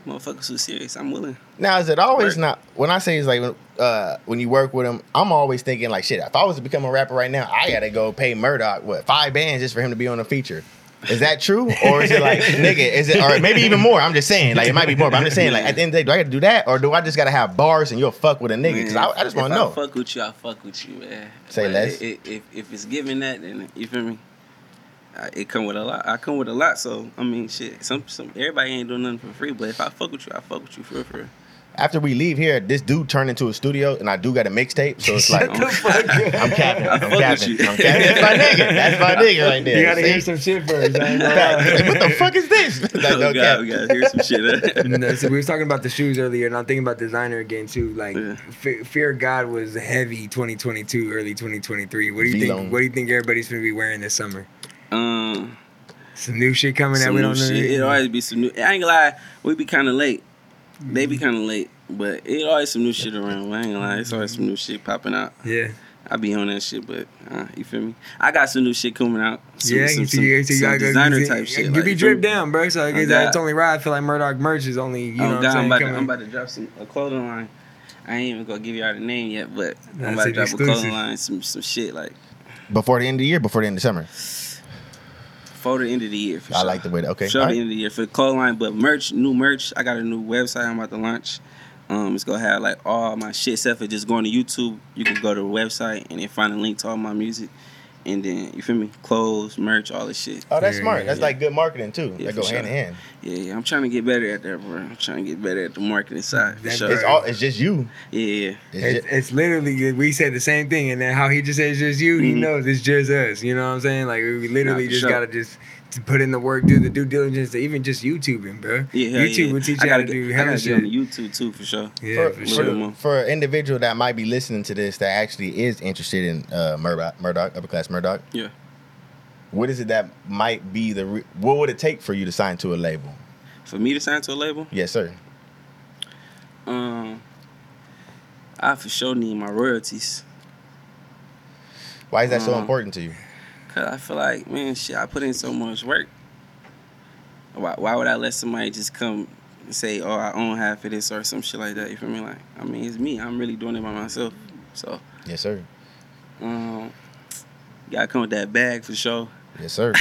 S4: motherfuckers who serious. I'm willing.
S5: Now is it always
S4: Work.
S5: not? When I say it's like uh, when you work with them, I'm always thinking like shit. If I was to become a rapper right now, I gotta go pay Murdoch what five bands just for him to be on a feature. Is that true? Or is it like, nigga, is it, or maybe even more? I'm just saying, like, it might be more, but I'm just saying, like, at the end of the day, do I gotta do that? Or do I just gotta have bars and you'll fuck with a nigga? Because I, I just wanna
S4: If
S5: know.
S4: I fuck with you, I fuck with you, man.
S5: Say
S4: Like,
S5: less.
S4: i- i- If, if it's giving that, then you feel me. I, it come with a lot. I come with a lot, so I mean, shit. Some some everybody ain't doing nothing for free, but if I fuck with you, I fuck with you for real, for real.
S5: After we leave here, this dude turned into a studio and I do got a mixtape, so it's like, I'm capping, I'm
S4: fuck with
S5: capping,
S4: you.
S5: I'm capping. That's my nigga, that's my nigga right there.
S3: You gotta
S5: See?
S3: hear some shit first. I ain't gonna lie.
S5: Like, what the fuck is this? Like,
S4: Oh
S5: no
S4: God,
S5: cap.
S4: we gotta hear some shit.
S3: No, so we were talking about the shoes earlier, and I'm thinking about designer again too. Like,
S4: Yeah.
S3: Fe- Fear of God was heavy 2022, early 2023. What do you
S5: V-Lone.
S3: think? What do you think everybody's gonna be wearing this summer?
S4: um.
S3: Some new shit coming out.
S4: some
S3: We
S4: new
S3: don't know.
S4: shit. It always be some new. I ain't gonna lie, we be kind of late. They
S3: Mm-hmm.
S4: be kind of late, but it always some new shit around. I ain't gonna lie, it's always some new shit popping out.
S3: yeah,
S4: I be on that shit, but uh, you feel me? I got some new shit coming out. Some,
S3: yeah.
S4: some,
S3: you
S4: some,
S3: see, so you
S4: some
S3: gotta go-
S4: designer
S3: you see-
S4: type shit.
S3: You
S4: like,
S3: be
S4: you feel
S3: dripped
S4: me?
S3: down, bro. So I guess
S4: God.
S3: that's only right. I feel like Murdoch merch is only you know
S4: oh
S3: what I'm
S4: God, I'm,
S3: saying.
S4: about to,
S3: coming-
S4: I'm about to drop some a clothing line. I ain't even gonna give y'all the name yet, but
S3: That's
S4: I'm about to
S3: an
S4: drop a
S3: exclusive.
S4: clothing line, some some shit like
S5: Before the end of the year, before the end of summer.
S4: for the end of the year. For
S5: I
S4: sure.
S5: like the way that, okay.
S4: Show
S5: all
S4: the
S5: right.
S4: end of the year for the clothing line, but merch, new merch. I got a new website I'm about to launch. Um, it's gonna have like all my shit except for just going to YouTube. You can go to the website and then find a link to all my music, and then you feel me, clothes, merch, all this shit.
S5: Oh, that's
S3: Yeah,
S5: smart.
S3: yeah,
S5: That's
S4: yeah.
S5: like good marketing too.
S4: Yeah,
S5: that
S4: for
S5: go hand
S4: sure.
S5: in hand.
S4: Yeah, yeah, I'm trying to get better at that, bro. I'm trying to get better at the marketing side. For
S3: That's-
S4: sure.
S5: It's all. It's just you.
S4: yeah, yeah,
S5: It's
S3: It's,
S5: ju-
S3: it's literally we said the same thing, and then how he just says just you, he
S4: Mhm.
S3: knows it's just us. You know what I'm saying? Like we literally
S4: Nah, for
S3: just
S4: sure.
S3: gotta just to put in the work, do the due diligence, to even just YouTubing, bro.
S4: yeah. hell
S3: YouTube
S4: yeah.
S3: will teach
S4: I
S3: you how
S4: gotta
S3: to
S4: get-
S3: do
S4: I
S3: hella
S4: gotta get on
S3: shit.
S4: the YouTube too for sure.
S3: Yeah,
S5: for,
S3: for
S5: for,
S4: sure.
S5: for an individual that might be listening to this that actually is interested in uh, Murdoch, Murdoch, upper class Murdoch,
S4: Yeah.
S5: what is it that might be the? Re- what would it take for you to sign to a label?
S4: For me to sign to a label,
S5: Yes, sir.
S4: um, I for sure need my royalties.
S5: Why is that so
S4: Um,
S5: important to you?
S4: Cause I feel like, man, shit, I put in so much work. Why, why would I let somebody just come and say, oh, I own half of this or some shit like that? You feel me? Like, I mean, it's me. I'm really doing it by myself. So,
S5: Yes, sir.
S4: um, you gotta come with that bag for sure.
S5: Yes, sir.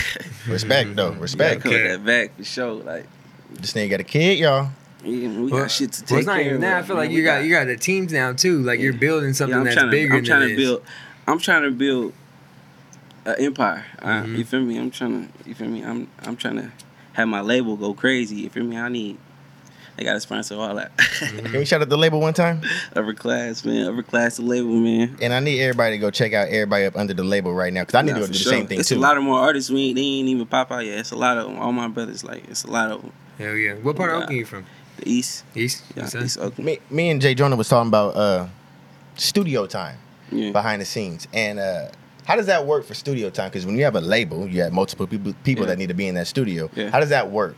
S5: Respect though.
S4: You gotta
S5: Respect.
S4: come
S3: Okay.
S4: with that bag for sure. Like,
S5: This nigga got a kid, y'all.
S4: yeah, we
S3: Well,
S4: got shit to take
S3: well, it's not
S4: care
S3: even
S4: of,
S3: that. I feel
S4: man.
S3: like
S4: We
S3: you got you got the teams now too. Like you're
S4: Yeah.
S3: building something
S4: I'm
S3: that's
S4: tryna-
S3: bigger
S4: I'm
S3: than
S4: trying
S3: this.
S4: to build. I'm trying to build an empire. I-
S3: Mhm.
S4: you feel me? I'm trying to. You feel me? I'm I'm trying to have my label go crazy. You feel me? I need. I got to sponsor all that.
S3: Mm-hmm.
S5: Can we shout out the label one time?
S4: upper class, man. Upper class the label, man.
S5: And I need everybody to go check out everybody up under the label right now because I need
S4: Nah,
S5: to go
S4: for
S5: do the
S4: sure.
S5: same thing
S4: It's
S5: too.
S4: a lot of more artists. We ain't, they ain't even pop out yet. It's a lot of 'em. all my brothers. Like it's a lot of 'em.
S3: Hell yeah. What part of
S4: Yeah.
S3: Oakland you from?
S4: the East.
S3: East.
S4: Yeah,
S3: You said?
S4: East Oakland.
S5: me, me and Jay Jonah was talking about uh, studio time.
S4: Yeah.
S5: behind the scenes. And uh, how does that work for studio time? Because when you have a label, you have multiple people people
S4: Yeah.
S5: that need to be in that studio.
S4: Yeah.
S5: How does that work?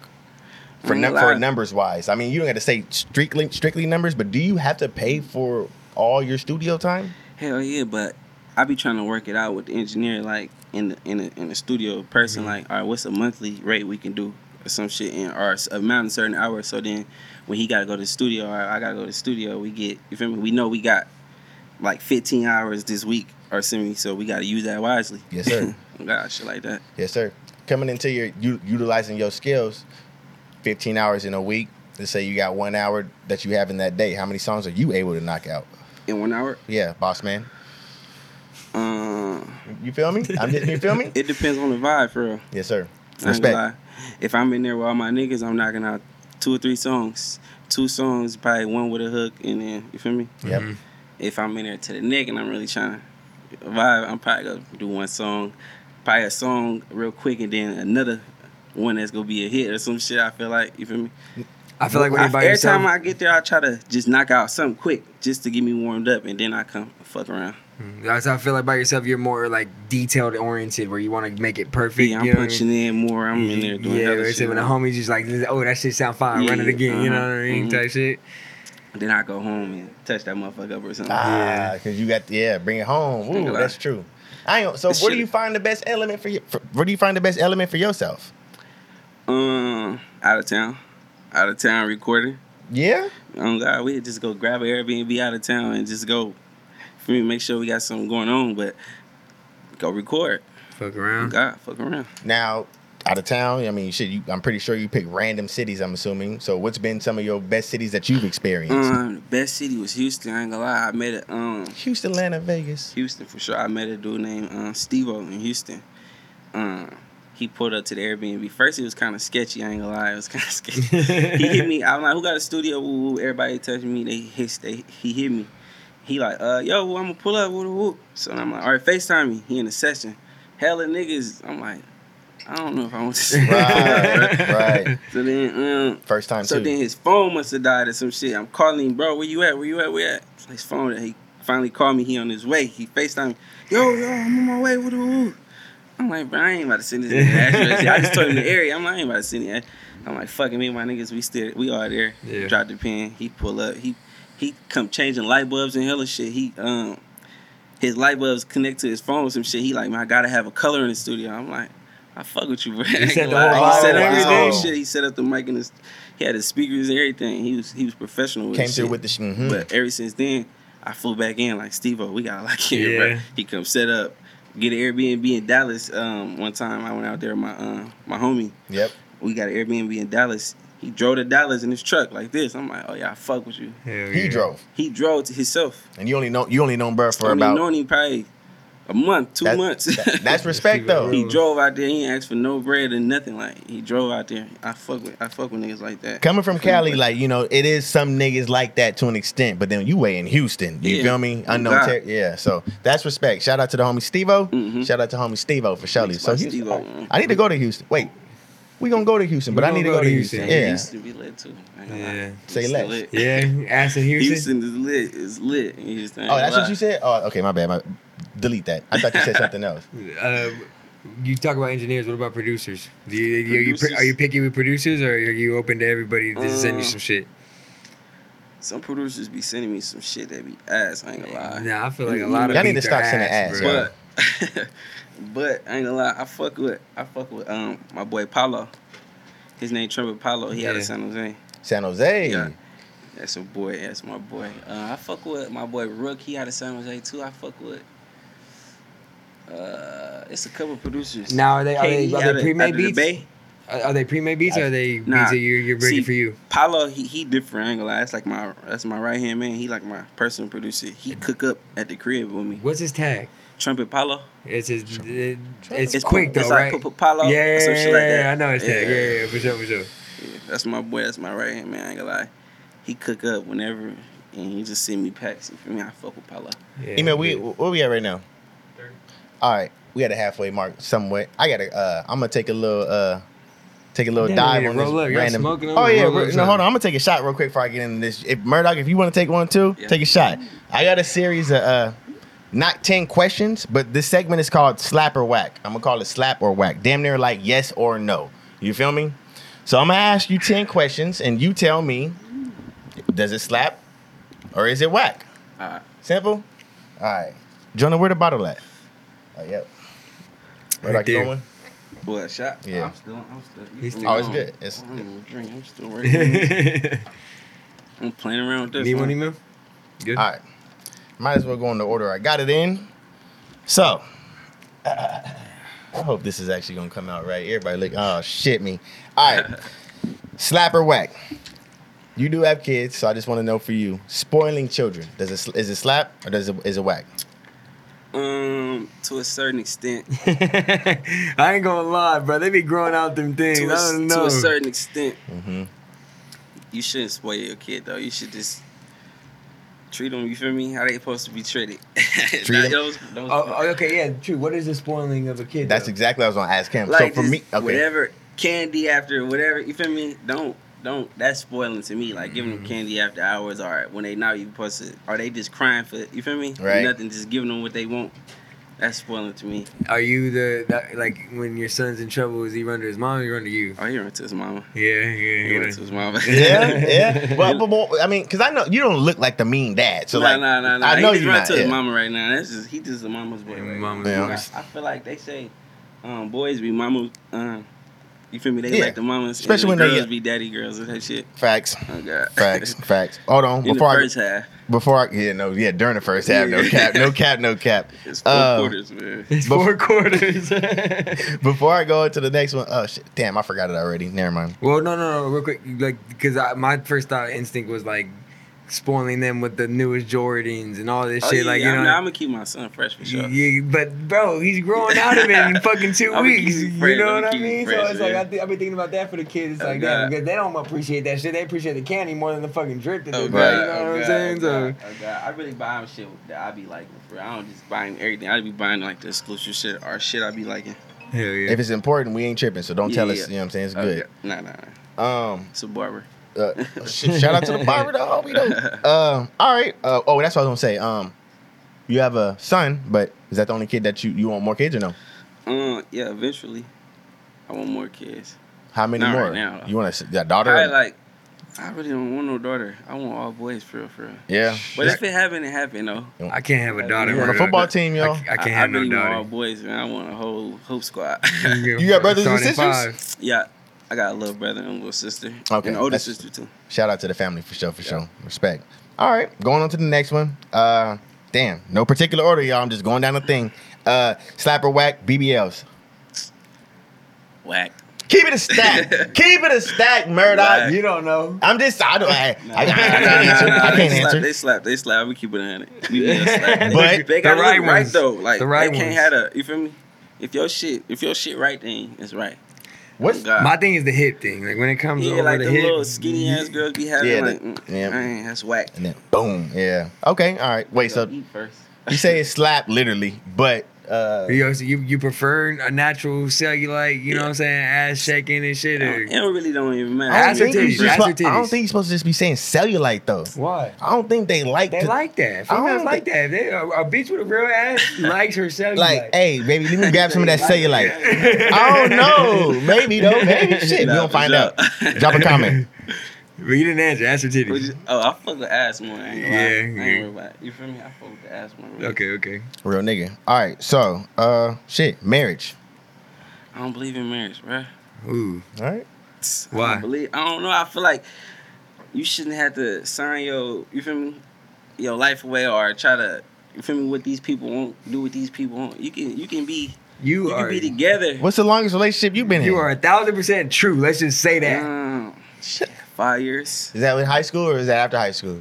S5: For,
S4: I'm
S5: num-
S4: gonna
S5: for
S4: lie.
S5: numbers wise, I mean, you don't got to say strictly strictly numbers, but do you have to pay for all your studio time?
S4: Hell yeah, but I be trying to work it out with the engineer, like in the in the, in the studio person,
S5: Mm-hmm.
S4: like, all right, what's a monthly rate we can do or some shit, and or s- amount in certain hours. So then, when he gotta go to the studio, or I gotta go to the studio, we get you feel me? We know we got like 15 hours this week or something, so we gotta use that wisely.
S5: Yes, sir.
S4: God, shit like that.
S5: Yes, sir. Coming into your u- utilizing your skills, fifteen hours in a week. Let's say you got one hour that you have in that day. How many songs are you able to knock out?
S4: In one hour,
S5: Yeah, boss man.
S4: um,
S5: You feel me? I'm just, you feel me?
S4: it depends on the vibe, for real.
S5: Yes,
S4: I
S5: sir.
S4: ain't gonna
S5: Respect.
S4: lie. If I'm in there with all my niggas, I'm knocking out two or three songs. Two songs, probably one with a hook, and then you feel me.
S5: Yep.
S4: if I'm in there to the neck and I'm really trying to vibe, I'm probably gonna do one song, probably a song real quick, and then another one that's gonna be a hit or some shit. I feel like you feel me.
S3: I feel like when
S4: I-
S3: you're by
S4: every
S3: yourself,
S4: time I get there, I try to just knock out something quick just to get me warmed up, and then I come fuck around.
S3: Mm, that's how I feel like by yourself. You're more like detailed oriented, where you want to make it perfect.
S4: Yeah,
S3: you
S4: I'm
S3: know what I mean?
S4: punching in more. I'm in there doing
S3: yeah,
S4: other
S3: right, so
S4: shit.
S3: when the homies just like, oh, that shit sound fine, run it
S4: Yeah,
S3: again, you know
S4: uh-huh,
S3: what I mean,
S4: mhm.
S3: type shit.
S4: Then I go home and touch that motherfucker up or something.
S5: Ah, because you got yeah, bring it home. Ooh,
S4: Alright.
S5: that's true. I ain't, so
S4: This
S5: where do
S4: shit-
S5: you find the best element for, your, for where do you find the best element for yourself?
S4: Um, out of town, out of town recording.
S5: Yeah,
S4: Oh God, we could just go grab an Airbnb out of town and just go. For me, make sure we got something going on, but go record.
S3: Fuck around.
S4: God, fuck around.
S5: Now, out of town? I mean, shit, you, I'm pretty sure you pick random cities. I'm assuming. So, what's been some of your best cities that you've experienced?
S4: Um, the best city was Houston. I ain't gonna lie. I met a um
S5: Houston, Atlanta, Vegas.
S4: Houston for sure. I met a dude named um, Steve-O in Houston. Um, he pulled up to the Airbnb. First, it was kind of sketchy. I ain't gonna lie, it was kind of sketchy. he hit me. I'm like, "Who got a studio?" Woo, woo. Everybody touching me. They hit. They he hit me. He like, "Uh, yo, well, I'm gonna pull up." Woo, woo, woo. So I'm like, "All right, Facetime me." He in the session. Hella niggas. I'm like, I don't know if I want to. See
S5: Right, right.
S4: So then, um,
S5: First time
S4: so
S5: too.
S4: then his phone must have died or some shit. I'm calling him, bro. Where you at? Where you at? Where you at? His phone. He finally called me. He on his way. He Facetime me. Yo, yo, I'm on my way. What do? I'm like, bro, I ain't about to send this nigga address. I just told him the area. I'm like, I ain't about to send it. I'm like, fucking me, and my niggas. We still, we all there.
S3: Yeah.
S4: Drop the pin. He pull up. He, he come changing light bulbs and hella shit. He um, his light bulbs connect to his phone. Some shit. He like, man, I gotta have a color in the studio. I'm like. I fuck with you, bro. He
S3: set the whole
S4: he set up his
S5: vibe and
S4: whole
S5: everything?
S4: shit. He set up the mic and his he had his speakers and everything. He was he was professional. With
S5: Came
S4: his
S5: through
S4: shit.
S5: with the sh- mhm.
S4: But ever since then, I flew back in like Steve O, we gotta lock in,
S3: Yeah.
S4: bro. He come set up, get an Airbnb in Dallas. Um, one time I went out there with my um my homie.
S5: Yep.
S4: We got an Airbnb in Dallas. He drove to Dallas in his truck like this. I'm like, oh yeah, I fuck with you.
S3: Hell
S5: He
S3: yeah.
S5: drove,
S4: He drove to himself.
S5: and you only know you only known Burr for
S4: I mean,
S5: about.
S4: known him probably a month, two
S5: that-
S4: months.
S5: that- that's respect though.
S4: he drove out there. He ain't asked for no bread or nothing. Like he drove out there. I fuck with I fuck with niggas like that.
S5: Coming from Cali, like you know, it is some niggas like that to an extent, but then you way in Houston, you
S4: Yeah.
S5: feel me? Unknown,
S4: God.
S5: ter- yeah. So that's respect. Shout out to the homie Stevo.
S4: Mhm.
S5: Shout out to homie Stevo for Shelly.
S4: Makes
S5: So
S4: my
S5: Houston,
S4: Steve-O, man.
S5: I need to go to Houston. Wait, we gonna go to Houston, but
S3: We
S5: I need
S3: gonna
S5: to go to Houston.
S3: Houston.
S5: Yeah,
S4: Houston be lit too. I ain't gonna lie.
S3: Yeah.
S5: Say
S4: Houston
S5: less.
S4: lit.
S3: Yeah. Aston Houston.
S4: Houston is lit. It's lit. in Houston. I ain't
S5: Oh, that's
S4: gonna
S5: what you said. Oh, okay, my bad. My, delete that. I thought you said something else.
S3: Uh, you talk about engineers. What about producers? Do you, are, you,
S4: Producers.
S3: are you picky with producers, or are you open to everybody to send you
S4: Uh,
S3: some shit?
S4: lie. Some producers be sending me some shit that be ass. I ain't gonna lie. Mm-hmm.
S3: Nah, I feel like a lot of
S5: Y'all need
S3: beats
S5: to stop
S3: are
S5: sending ass,
S3: bro.
S5: bro.
S4: But but I ain't gonna lie. I fuck with I fuck with um my boy Paulo. His name Trevor Paulo. He out
S3: Yeah.
S4: of San Jose.
S5: San Jose.
S4: Yeah. That's a boy. That's my boy. Uh, I fuck with my boy Rook. He out of San Jose too. I fuck with. Uh, it's a couple producers.
S3: Now are they are
S4: Katie
S3: they,
S4: out
S3: are
S4: of-
S3: they
S4: out
S3: pre-made
S4: of the
S3: beats?
S4: Bay.
S3: Are, are they pre-made beats? Or are they
S4: Nah.
S3: beats that you're, you're bringing
S4: See,
S3: for you?
S4: Paulo, he he different angle. That's like my that's my right hand man. He like my personal producer. He cook up at the crib with me.
S3: What's his tag?
S4: Trumpet Paulo.
S3: It's his. It, it's,
S4: It's
S3: quick
S4: Pau-
S3: though,
S4: it's
S3: right?
S4: like Pau- Pau- Paulo or
S3: yeah,
S4: some shit like that.
S3: I know his tag.
S4: Yeah.
S3: Yeah, yeah, for sure, for sure.
S4: Yeah, that's my boy. That's my right hand man. I ain't gonna lie. He cook up whenever, and he just send me packs. For me, I fuck with Paulo.
S3: Yeah,
S5: Email, we
S3: dude.
S5: where we at right now? All right, we at a halfway mark somewhat. I gotta. Uh, I'm gonna take a little. Uh, take a little
S3: Damn,
S5: dive
S3: you
S5: on
S3: roll
S5: this
S3: up. Y'all
S5: random.
S3: smoking
S5: oh
S3: over
S5: yeah,
S3: roll
S5: we're-
S3: up
S5: no, hold on.
S3: something.
S5: I'm gonna take a shot real quick before I get into this. If Murdoch, if you want to take one too,
S4: Yeah.
S5: take a shot. I got a series of. Uh, not 10 questions, but this segment is called Slap or Whack. I'm gonna call it Slap or Whack. Damn near like yes or no. You feel me? So I'm gonna ask you 10 questions and you tell me does it slap or is it whack?
S4: All right.
S5: Simple? All right. Jonah, where the bottle at? Oh, yep. Where
S3: Right
S5: I
S3: there.
S5: get going?
S4: Boy, a shot.
S5: Yeah.
S4: I'm still. I'm still. you
S3: He's
S4: can
S3: still
S5: Oh, it's
S4: go.
S5: good. It's-
S4: I don't even drink. I'm still working. I'm playing around with this.
S3: Need
S4: one.
S3: one email? Good.
S5: All right. Might as well go in the order I got it in. So, I hope this is actually going to come out right. Everybody, look. Oh, shit, me. All right. Slap or whack? You do have kids, so I just want to know for you. Spoiling children. Does it, sl- is it slap or does it, is it whack?
S4: Um, to a certain extent.
S3: I ain't gonna lie, bro. They be growing out them things.
S4: to,
S3: I
S4: a,
S3: don't
S4: to
S3: know.
S4: a certain extent, you shouldn't spoil your kid though. You should just treat them. You feel me? How they supposed to be treated? Treat
S5: 'em-
S3: Oh, oh, okay, yeah, true. What is the spoiling of a kid?
S5: That's
S3: though?
S5: exactly what I was going to ask him.
S4: like
S5: so, for me, okay.
S4: whatever candy after whatever. You feel me? Don't don't. That's spoiling to me. Like
S5: Mm-hmm.
S4: giving them candy after hours. All right, when they not you supposed to. Are they just crying for? You feel me?
S5: Right.
S4: Nothing. Just giving them what they want. That's spoiling to me.
S3: Are you the that, like when your son's in trouble? Is he run to his mom? or He run to you?
S4: Oh, he went to his mama.
S3: Yeah,
S4: He
S3: yeah,
S4: went to his mama.
S5: yeah, yeah. Well, but, but- I mean, because I know you don't look like the mean dad. So
S4: no,
S5: like,
S4: no, no, no.
S5: I know
S4: he
S5: you
S4: just run
S5: not.
S4: to his
S5: yeah.
S4: mama right now. That's just he just a mama's boy. Right
S3: Mama's
S5: Yeah.
S4: now.
S3: boy.
S4: I, I feel like they say um, boys be mama. Um, You feel me? They
S5: Yeah.
S4: like the mamas,
S5: Especially
S4: especially
S5: when
S4: when
S5: they
S4: girls
S5: get-
S4: be daddy girls and that shit.
S5: Facts.
S4: Oh god,
S5: Facts. Facts. Hold on.
S4: In
S5: Before
S4: the
S5: I
S4: first half,
S5: before I yeah, no, yeah, during the first half, no cap, no cap, no cap.
S4: it's four
S5: Uh,
S4: quarters, man.
S3: It's
S5: Bef-
S3: four quarters.
S5: Before I go into the next one, oh shit, damn, I forgot it already. Never mind.
S3: well, no, no, no, real quick, like because my first thought instinct was like spoiling them with the newest Jordans and all this
S4: Oh,
S3: shit.
S4: yeah,
S3: like
S4: yeah,
S3: you know,
S4: I'm, I'm gonna keep my son fresh for sure.
S3: Yeah, but bro, he's growing out of it in fucking two
S4: I'ma keep
S3: weeks.
S4: you
S3: You
S4: fresh,
S3: know
S4: I'ma
S3: what I
S4: keep you
S3: mean? so
S4: fresh,
S3: it's
S4: man.
S3: like I th- I've been thinking about that for the kids. It's
S4: Oh,
S3: like that
S4: God.
S3: because they don't appreciate that shit. They appreciate the candy more than the fucking drip that they
S4: Oh
S3: got.
S4: god,
S5: Right.
S3: You know
S4: oh,
S3: what
S4: god,
S3: I'm saying?
S4: oh,
S3: So
S4: god, oh, god. I really buy him shit that I be liking. For. I don't just buy him everything. I be buying like the exclusive shit or shit I be liking.
S3: hell yeah.
S5: If it's important, we ain't tripping, so don't
S4: Yeah,
S5: tell
S4: yeah.
S5: us. You know what I'm saying? It's
S4: Okay.
S5: good.
S4: Oh, Nah, nah, nah.
S5: Um,
S4: It's a barber.
S5: uh, sh- shout out to the barber though. We know. Um, all right. Uh, oh, that's what I was gonna say. Um, you have a son, but is that the only kid that you you want more kids or no?
S4: Um, yeah. Eventually, I want more kids.
S5: How many
S4: Not right
S5: more?
S4: now, though.
S5: you want a, a daughter?
S4: I like. I really don't want no daughter. I want all boys, for real, for real.
S5: yeah.
S4: But if it happen, it happen though.
S3: I can't have a daughter.
S5: you want a
S3: bro.
S5: football team,
S3: I,
S5: yo?
S3: I can't
S4: I,
S3: have
S4: I
S3: no
S4: really want all
S3: daughter. Mm-hmm.
S4: boys, man. I want a whole hoop squad.
S5: You got brothers and
S3: Starting
S5: sisters?
S3: five.
S4: yeah, I got a little brother and a little sister.
S5: Okay,
S4: and an older
S5: that's-
S4: sister too.
S5: Shout out to the family for sure, for sure. Respect. All right, going on to the next one. Uh, damn, no particular order, y'all. I'm just going down the thing. Uh, slapper whack BBLs.
S4: Whack.
S5: Keep it a stack. Keep it a stack,
S4: Whack.
S5: Murdoch.
S3: You don't know.
S5: I'm just. I don't. I, I, I can't answer.
S4: Nah, nah,
S5: I
S4: nah,
S5: can't
S4: they Slap,
S5: answer.
S4: they slap. They slap. We keep it on it. We be a slap.
S5: But-
S4: they
S3: The
S4: got
S3: right
S4: right right
S3: ones.
S4: though. Like
S3: The right
S4: they can't
S3: ones.
S4: have a. You feel me? If your shit, if your shit right, then it's right.
S5: What's
S4: Oh, God.
S3: My thing is the hip thing. Like when it comes
S4: yeah,
S3: over
S4: like
S3: the,
S4: the
S3: hip,
S4: little skinny ass girls be having
S5: Yeah,
S4: like,
S5: the-
S4: mm,
S5: yeah.
S4: man, that's whack.
S5: and then boom. Yeah. Okay. All right. Wait. So
S4: eat first.
S5: you say it's slap literally, but uh,
S3: You, know, so you you prefer a natural cellulite, you know what I'm saying? Ass shaking and shit. Or,
S4: It don't really don't even matter.
S5: I
S3: Ass
S5: don't,
S3: or
S5: think
S3: titties,
S5: you should-
S3: ass or
S5: I don't
S3: titties.
S5: think you're supposed to just be saying cellulite though.
S3: Why?
S5: I don't think they like.
S3: They
S5: to,
S3: like that.
S5: I don't
S3: Females like
S5: thi-
S3: that. If They, a, a bitch with a real ass likes her cellulite.
S5: like, hey, baby, let me grab some of that cellulite. I don't know. Maybe though. Maybe shit. we
S4: Nah,
S5: gonna
S4: for
S5: find
S4: sure.
S5: out. Drop a comment.
S3: But you didn't answer. Ass or
S4: Which
S3: titties.
S4: is- Oh, I fuck with ass more. I ain't gonna
S3: Yeah,
S4: lie. I ain't
S3: yeah.
S4: worried about it. You feel me? I fuck with the ass more. really.
S3: Okay, okay.
S5: Real nigga. All right. So, uh, shit, marriage.
S4: I don't believe in marriage, bruh.
S3: Ooh.
S5: All right.
S4: I
S3: Why?
S4: don't, believe, I don't know. I feel like you shouldn't have to sign your, you feel me, your life away or try to, you feel me, what these people want, do what these people want. You can, you can be,
S3: You,
S4: you
S3: are
S4: can be together.
S5: What's the longest relationship you've been in?
S3: you are a thousand percent true. Let's just say that.
S4: Um, shit, five years.
S5: Is that in high school or is that after high school?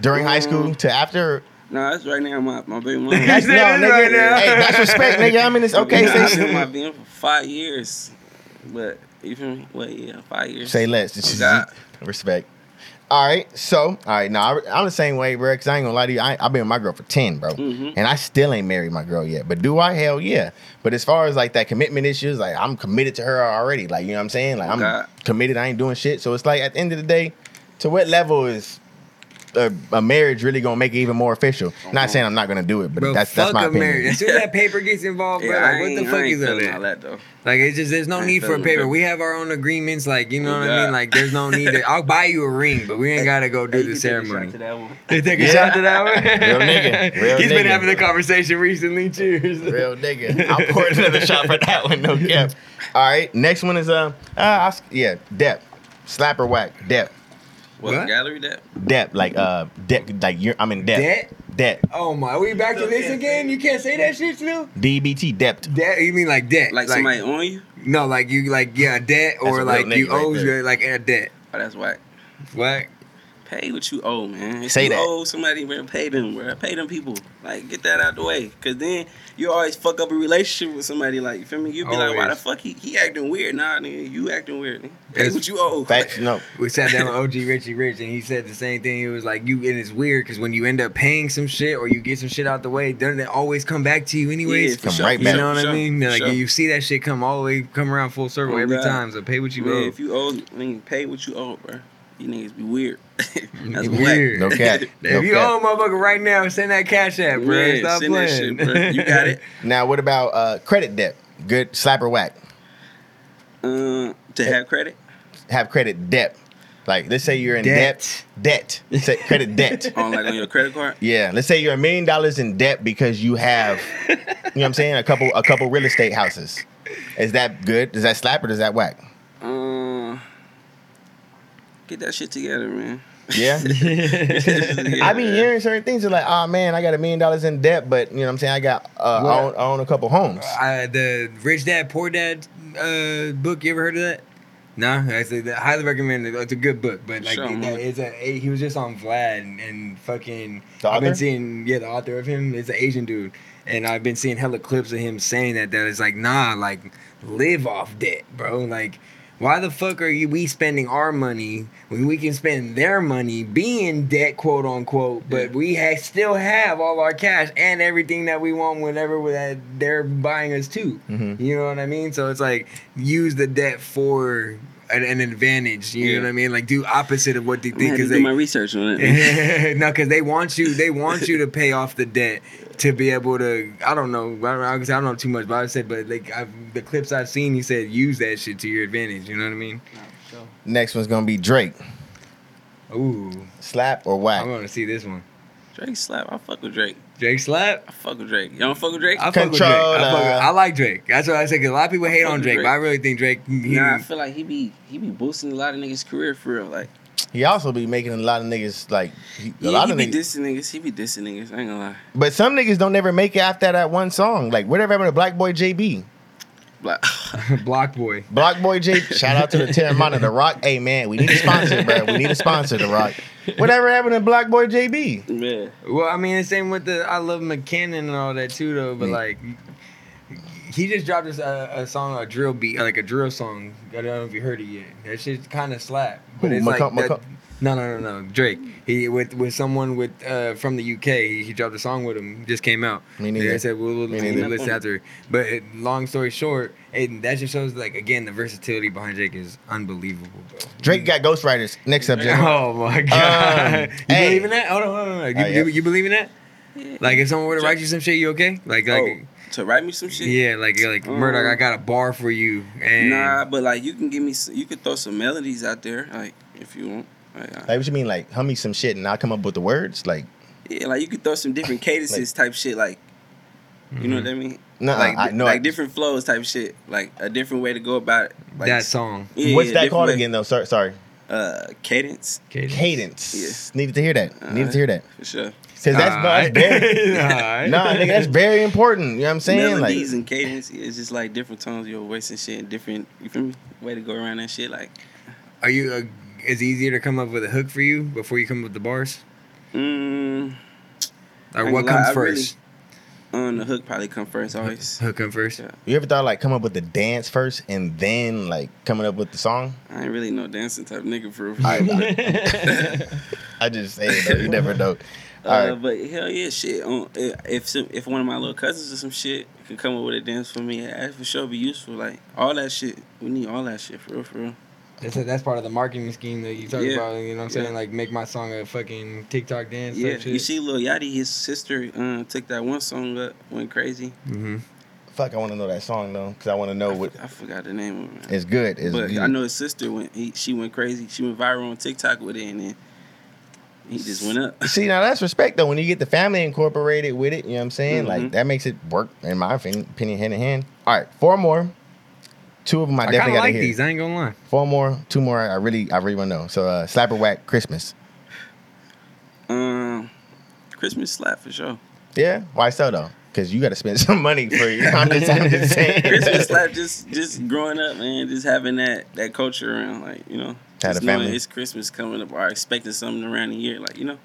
S5: During high school
S4: Mm.
S5: to after?
S4: No, that's right now my, my baby mama.
S3: That's-
S5: That's, no,
S3: that is
S5: nigga.
S3: right now.
S5: Hey, that's respect, nigga. I'm in this. Okay,
S4: You know, I've
S5: say
S4: been my being for five years. But, you feel me? Well, yeah, five years.
S5: Say less.
S4: Oh, God.
S5: respect. All right. So, all right. Now, nah, I- I'm the same way, bro. Because I ain't gonna lie to you. I, I've been with my girl for 10, bro.
S4: Mhm.
S3: Mm-hmm.
S5: And I still ain't married my girl yet. But do I? Hell yeah. But as far as like that commitment issues, like I'm committed to her already. Like, you know what I'm saying? Like, I'm
S4: God.
S5: committed. I ain't doing shit. So it's like at the end of the day, to what level is. A, a marriage really gonna make it even more official. Not saying I'm not gonna do it, but
S3: Bro,
S5: that's that's
S3: fuck
S5: my
S3: a
S5: opinion.
S3: marriage. As soon as that paper gets involved,
S4: Yeah,
S3: bro,
S4: I
S3: like, what the
S4: ain't- I
S3: fuck
S4: ain't
S3: is up
S4: feeling
S3: there?
S4: all that though.
S3: Like it's just there's no
S4: I
S3: need for a
S4: feel
S3: paper.
S4: you.
S3: We have our own agreements. Like you know what I
S4: Yeah.
S3: mean. Like there's no need. To, I'll buy you a ring, but we ain't gotta go do
S4: Hey,
S3: the
S4: you can take a shot
S3: ceremony.
S4: to that one.
S3: They take a
S5: Yeah.
S3: shot to that one.
S5: Real nigga. Real
S3: He's
S5: nigga.
S3: been having the conversation recently. Cheers.
S5: Real nigga. I'll pour another shot for that one. No cap. All right. Next one is uh, uh I s- yeah, depth. Slap or whack. Depth.
S4: What,
S3: What?
S4: gallery that?
S3: Eh,
S5: Depth. Like uh depth like you're I'm in depth. Depth.
S3: Oh my, we back to this again? You can't say that shit still.
S5: DBT depth.
S3: Debt? You mean like debt?
S4: Like, somebody on you?
S3: No, like you like yeah debt
S5: That's a
S3: or
S5: real
S3: like you
S5: nigga right
S3: owe
S5: there.
S3: you like a debt.
S4: Oh, that's whack.
S3: What?
S4: Pay what you owe, man. If
S5: Say
S4: you
S5: that.
S4: owe somebody, man, pay them, bro. Pay them people. Like, get that out the way. Because then you always fuck up a relationship with somebody. Like, you feel me? You'd be like, why the
S3: Always.
S4: fuck he, he acting weird? Nah, nigga, you acting weird. Nigga. Pay
S3: It's
S4: what you owe.
S5: Facts no.
S3: We sat down with OG Richie Rich and he said the same thing. It was like you and it's weird because when you end up paying some shit or you get some shit out the way, doesn't it always come back to you anyways?
S4: for
S5: Come right
S4: for
S5: back.
S3: you know what
S4: for
S3: I mean?
S4: for
S3: Like
S4: sure.
S3: you see that shit come all the way, come around full circle
S4: Oh,
S3: every
S4: God.
S3: time. So pay what you
S4: Man,
S3: owe.
S4: if you owe, nigga, pay what you owe, bro. You niggas be weird. that's
S3: weird.
S4: weird.
S5: No cap. No
S3: If you
S5: cap.
S3: owe a motherfucker right now, send that cash app, bro.
S4: Yeah,
S3: Stop
S4: send that
S3: playing.
S4: shit, bro. You got it.
S5: Now what about uh credit depth? Good slap or whack.
S4: Uh, to have credit?
S5: Have credit depth. Like let's say you're in
S3: Debt.
S5: debt. Debt. Say credit debt.
S4: On like on your credit card?
S5: Yeah, let's say you're a million dollars in debt because you have, you know what I'm saying, a couple a couple real estate houses. Is that good? Does that slap or does that whack?
S4: Um, get that shit together, man.
S5: Yeah.
S4: Yeah,
S5: I've been
S4: man.
S5: hearing certain things. You're like, oh man, I got a million dollars in debt, but you know what I'm saying? I got, uh, I,
S3: Well-
S5: own, I own a couple homes.
S3: I, Uh, the Rich Dad Poor Dad uh, book. You ever heard of that? No, I said that- highly recommend it. It's a good book, but like
S4: Sure,
S3: it-
S4: man.
S3: it's a he was just on Vlad and, and fucking.
S5: The
S3: I've been
S5: author?
S3: seeing yeah the author of him is an Asian dude, and I've been seeing hella clips of him saying that that it's like nah like live off debt, bro. Like why the fuck are you we spending our money when we can spend their money being debt quote unquote but
S4: Yeah.
S3: we ha- still have all our cash and everything that we want whenever we- that they're buying us too
S4: Mm-hmm.
S5: Mhm.
S3: you know what i mean so it's like use the debt for an, an advantage you
S4: Yeah.
S3: know what i mean like do opposite of what they
S4: I'm gonna
S3: think
S4: have to
S3: because
S4: do
S3: they
S4: my research on it. man.
S3: no, because they want you. They want you to pay off the debt to be able to. I don't know. I don't, I don't know too much, but I said, but like I've, the clips I've seen, he said use that shit to your advantage. You know what I mean?
S5: Next one's gonna be Drake.
S3: Ooh,
S5: Slap or
S3: I
S5: whack?
S3: want to see this one.
S4: Drake slap. I fuck with Drake.
S3: Drake slap.
S4: I fuck with Drake. You don't fuck with Drake?
S3: I fuck with Drake.
S5: Control,
S3: I, fuck with-
S5: uh,
S3: I like Drake. That's what I say. Cause a lot of people hate
S4: fuck
S3: on
S4: with
S3: Drake,
S4: Drake.
S3: but I really think Drake. He,
S4: Nah, I feel like he be he be boosting a lot of niggas' career for real. Like
S5: He also be making a lot of niggas like he, a
S4: yeah,
S5: lot
S4: he
S5: of
S4: be
S5: niggas.
S4: dissing niggas. He be dissing niggas. I ain't gonna lie.
S5: but some niggas don't ever make it after that one song. Like whatever happened to Black Boy JB?
S4: Like,
S3: block boy.
S5: Block Boy J. Shout out to the Terramana, The Rock. Hey man, we need a sponsor, bro. We need a sponsor, The Rock. Whatever happened to Black Boy JB?
S4: man,
S3: Well, I mean, the same with the I love McKinnon and all that too, though. But
S5: Yeah.
S3: like, he just dropped us a, a song, a drill beat, like a drill song. I don't know if you heard it yet. That shit kind of slap, but
S5: Who,
S3: it's like
S5: McCo-
S3: that-
S5: McCo-
S3: no, no, no, no. Drake. He with with someone with uh from the UK. He, he dropped a song with him. Just came out.
S5: Me neither.
S3: They said we'll, we'll,
S5: Me
S3: we'll
S5: neither.
S3: list after. But it, long story short, and that just shows like again the versatility behind Drake is unbelievable, bro.
S5: Drake got ghostwriters. Next subject.
S3: Oh my god!
S5: Um,
S3: you
S5: hey.
S3: believe in that? Hold on, hold on. Hold on. You,
S5: Oh, yeah.
S3: you, you believe in that? Like if someone were to
S4: Sure.
S3: write you some shit, you okay? Like like
S4: oh, to write me some shit.
S3: yeah, like like
S4: Um,
S3: Murdoch, I got a bar for you, and
S4: Nah, but like you can give me, s- you could throw some melodies out there, like if you want. Like, I-
S5: Like what you mean? Like hum me some shit and I'll come up with the words? Like
S4: yeah, like you could throw some different cadences type shit, like you
S3: Mm-hmm.
S4: know what I mean?
S5: no,
S4: like
S5: I
S4: di-
S5: know.
S4: like different flows type shit, like a different way to go about it. Like,
S3: that song.
S4: yeah,
S5: What's
S4: yeah,
S5: that
S4: different
S5: called
S4: way.
S5: again though? Sorry, sorry.
S4: Uh, cadence.
S5: Cadence.
S4: Yeah.
S5: Needed to hear that. Needed to hear that.
S4: for sure.
S5: Cause that's, no, that's very, nah, nigga, that's very important. You know what I'm saying?
S4: Melodies
S5: Like,
S4: and cadence yeah, it's just like different tones of your voice and shit, and different. You feel me? Way to go around that shit, like.
S3: Are you? Uh, is it easier to come up with a hook for you before you come up with the bars, or
S4: Mm, Ain't
S3: Uh, what
S4: gonna lie,
S3: comes
S4: I really-
S3: first?
S4: on the hook probably come first always.
S3: Hook come first.
S4: Yeah.
S5: you ever thought like come up with the dance first and then like coming up with the song?
S4: I ain't really no dancing type nigga for real.
S5: I just say it, though. you never know.
S4: Uh,
S5: All right.
S4: But hell yeah, shit. Um, if if some, if one of my little cousins or some shit could come up with a dance for me, that for sure be useful. Like all that shit, we need all that shit for real, for real.
S3: That's that's part of the marketing scheme that you talk
S4: Yeah.
S3: about. You know what I'm saying?
S4: Yeah.
S3: Like make my song a fucking TikTok dance.
S4: yeah,
S3: type shit.
S4: you see, Lil Yachty, his sister, uh, took that one song up, went crazy.
S3: hmm
S5: Fuck, I want to know that song though, because I want to know
S4: I,
S5: Oh, what
S4: forgot, I forgot the name of it. man.
S5: it's good. It's
S4: But
S5: good.
S4: I know his sister went. He, she went crazy. She went viral on TikTok with it, and then he just went up.
S5: See, now that's respect though. When you get the family incorporated with it, you know what I'm saying? Like
S4: Mhm.
S5: that makes it work, in my opinion, opinion, hand in hand. All right, four more. Two of them I,
S3: I, kind
S5: definitely
S3: of
S5: got to
S3: like
S5: hear.
S3: these. I ain't gonna lie.
S5: Four more, two more. I really, I really want to know. So, uh, slapper whack Christmas.
S4: Um, Christmas slap for sure.
S5: Yeah, why so though? Because you got to spend some money for it. I'm just, I'm just saying.
S4: Christmas slap just just growing up, man, just having that that culture around, like you know,
S5: Had
S4: just
S5: a
S4: knowing
S5: family.
S4: it's Christmas coming up or expecting something around the year, like you know.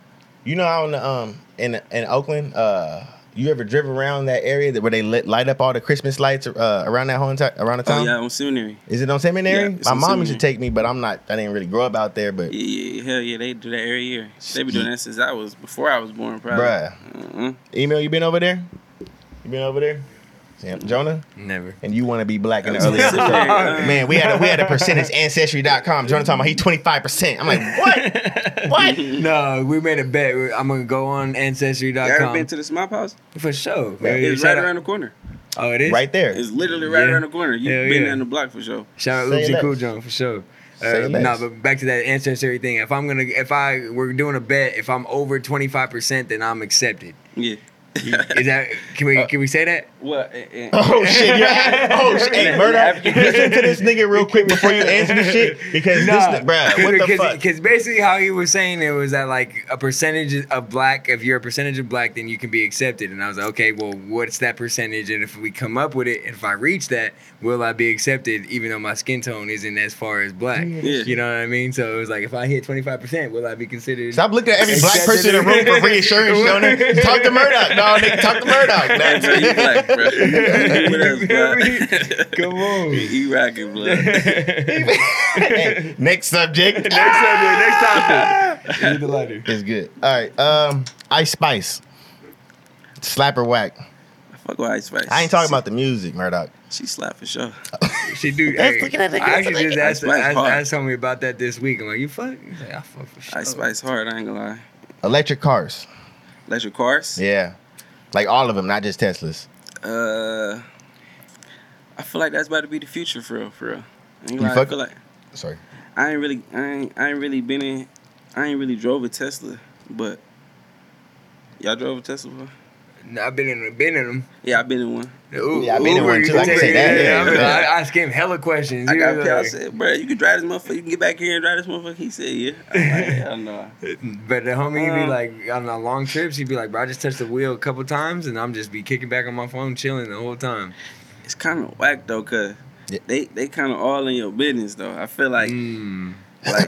S5: You know how in the, um in in Oakland, uh, you ever drive around that area that where they lit, light up all the Christmas lights uh, around that whole entire around the
S4: Oh
S5: town?
S4: yeah, on seminary.
S5: Is it on seminary?
S4: Yeah, it's
S5: My
S4: on
S5: mom used to
S4: Seminary.
S5: take me, but I'm not. I didn't really grow up out there, but.
S4: Yeah, yeah, hell yeah, they do that every year. They be doing that since I was before I was born, probably.
S5: Bruh.
S4: Uh-uh.
S5: Email, you been over there? You been over there? Yeah, Jonah?
S3: Never.
S5: And you want to be black in the
S4: That was
S5: early episode.
S4: seminary, uh.
S5: Man, we had a we had a percentage ancestry.com. Jonah talking about he 25%. I'm like, what? What?
S3: No, we made a bet. I'm gonna go on
S4: Y'all ever
S3: ancestry.com
S4: been to the smop house?
S3: for sure.
S4: It's
S3: shout
S4: right
S3: out-
S4: around the corner.
S3: Oh, it is
S5: Right there.
S4: It's literally right
S3: Yeah.
S4: around the corner. You've
S3: Hell
S4: been
S3: yeah.
S4: down the block for sure.
S3: Shout out
S5: Say
S3: Oopsie
S5: less.
S3: Cool Jump for sure.
S5: Say
S3: Uh,
S5: less.
S3: no, but back to that ancestry thing. If I'm gonna, if I we're doing a bet, if I'm over 25, percent then I'm accepted.
S4: Yeah.
S3: Is that can
S5: Uh,
S3: we can we say that?
S4: What? eh, eh,
S5: Oh shit! You're, oh shit! Hey, Murdoch, listen to this nigga real quick before you answer the shit because this, bruh, what the fuck?
S3: Because basically, how he was saying it was that like a percentage of black, if you're a percentage of black, then you can be accepted. And I was like, okay, well, what's that percentage? And if we come up with it, if I reach that, will I be accepted? Even though my skin tone isn't as far as black, you know what I mean? So it was like, if I hit 25 percent, will I be considered?
S5: Stop looking at every black person in the room for reassurance, Jonah. Talk to Murdoch, no, nigga, talk to
S4: That's how you
S5: Murdoch.
S4: black, bro.
S3: Come on.
S4: You rocking blood.
S5: Hey, Next subject.
S3: Next subject. Next topic. Read the letter.
S5: It's good. All right. Um, Ice Spice. Slap or whack.
S4: Fuck with Ice Spice.
S5: I ain't talking about the music, Murdoch.
S4: She slap for sure.
S3: She do.
S5: That's
S3: hey,
S5: looking at the-
S3: I actually just asked,
S4: Spice
S3: asked,
S4: hard.
S3: asked homie about that this week. I'm like, you fuck? He's like, I fuck for sure.
S4: Ice Spice hard. I ain't gonna lie.
S5: Electric cars.
S4: Electric cars.
S5: Yeah. Like all of them, not just Teslas.
S4: Uh, I feel like that's about to be the future for real. For real. I, ain't
S5: You
S4: gonna lie, I
S5: fuck-
S4: feel like
S5: Sorry.
S4: I ain't really, I ain't, I ain't really been in, I ain't really drove a Tesla, but y'all drove a Tesla. Before?
S3: No, I've been in been in them.
S4: Yeah, I've been in one.
S3: The U-
S5: Yeah, I've been in
S3: Uber,
S5: one,
S3: you
S5: too. I
S3: take-
S5: can say that, yeah,
S3: I, mean,
S5: yeah.
S3: I, I skimmed hella questions.
S4: I
S3: You
S4: got
S3: was
S4: Cal. I
S3: like-
S4: said, bro, you can drive this motherfucker. You can get back here and drive this motherfucker. He said, yeah. I'm like, hell no.
S3: but the homie he'd
S5: Uh-huh.
S4: Uh.
S3: be like on the long trips, he'd be like, "Bro, I just touched the wheel a couple times, and I'm just be kicking back on my phone, chilling the whole time."
S4: It's kind of whack though, cause
S5: Yeah.
S4: they they kind of all in your business though. I feel like
S3: Mm.
S4: like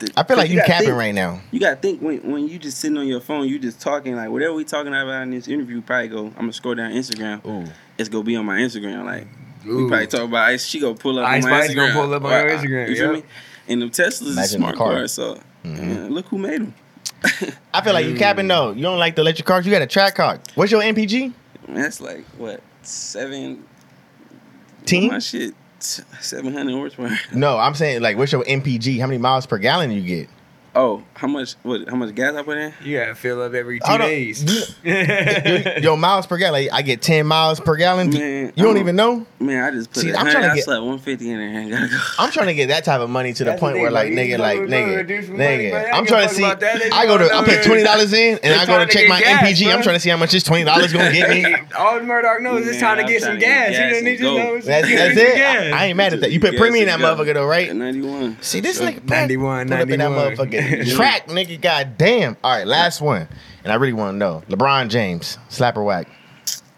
S4: the-
S5: I feel like you
S4: gotta
S5: capping
S4: think-
S5: right now.
S4: You gotta think when when you just sitting on your phone, you just talking like whatever we talking about in this interview. Probably go. I'm gonna scroll down Instagram.
S5: Ooh.
S4: It's gonna be on my Instagram. Like we
S3: Ooh.
S4: probably talk about ice. She gonna pull up.
S3: Ice
S4: on my
S3: Spice
S4: Instagram.
S3: gonna pull up on
S4: Or,
S3: your
S4: uh,
S3: Instagram,
S4: You feel
S3: yep.
S4: me? And them Teslas is
S5: Imagine
S4: smart
S5: the car. Mm-hmm.
S4: cars. So yeah, look who made them.
S5: I feel like you capping though. You don't like the electric cars. You got a track car. What's your MPG?
S4: That's like what seven.
S5: Team?
S4: My shit. Seven hundred horsepower.
S5: No, I'm saying like what's your MPG? How many miles per gallon you get?
S4: Oh, how much? What? How much gas I put in?
S3: You gotta fill up every two
S5: Hold on.
S3: days.
S5: Your, your miles per gallon. Like, I get 10 miles per gallon. Do-
S4: Man,
S5: you don't
S4: I'm-
S5: even know?
S4: Man, I just put.
S5: See,
S4: it.
S5: I'm
S4: I'm
S5: trying to
S4: I
S5: get-
S4: slapped one fifty in there and gotta go.
S5: I'm trying to get that type of money to the
S3: That's
S5: point
S3: the
S5: where
S3: thing,
S5: like
S3: bro. You
S5: nigga,
S3: can
S5: like
S3: go with
S5: nigga,
S3: brother, dude, for money,
S5: nigga.
S3: man. I
S5: I'm
S3: don't
S5: trying to
S3: give a
S5: see.
S3: fuck about that.
S5: I go
S3: They
S5: to
S3: just
S5: I put
S3: wanna
S5: twenty
S3: know-
S5: dollars in and
S3: They're
S5: I go to
S3: trying to
S5: check
S3: get
S5: my
S3: gas,
S5: MPG. I'm
S3: bro.
S5: trying to see how much this twenty dollars gonna get me.
S3: All Murdoch knows is time
S4: Man,
S3: to
S4: I'm
S3: get some
S4: trying to get
S3: gas.
S4: gas
S3: He don't
S4: and
S3: need you to
S4: go.
S3: know. it's-
S5: That's,
S3: you
S5: that's
S3: need
S5: it.
S3: gas.
S5: I, I ain't mad at that. You put
S4: Gas
S5: premium in that
S4: and go.
S5: motherfucker though,
S4: At
S5: right?
S4: ninety one.
S5: See this nigga
S3: 91,
S5: put up in that
S3: 91.
S5: motherfucking track, nigga. God damn. All right, last one, and I really want to know LeBron James, slap or whack,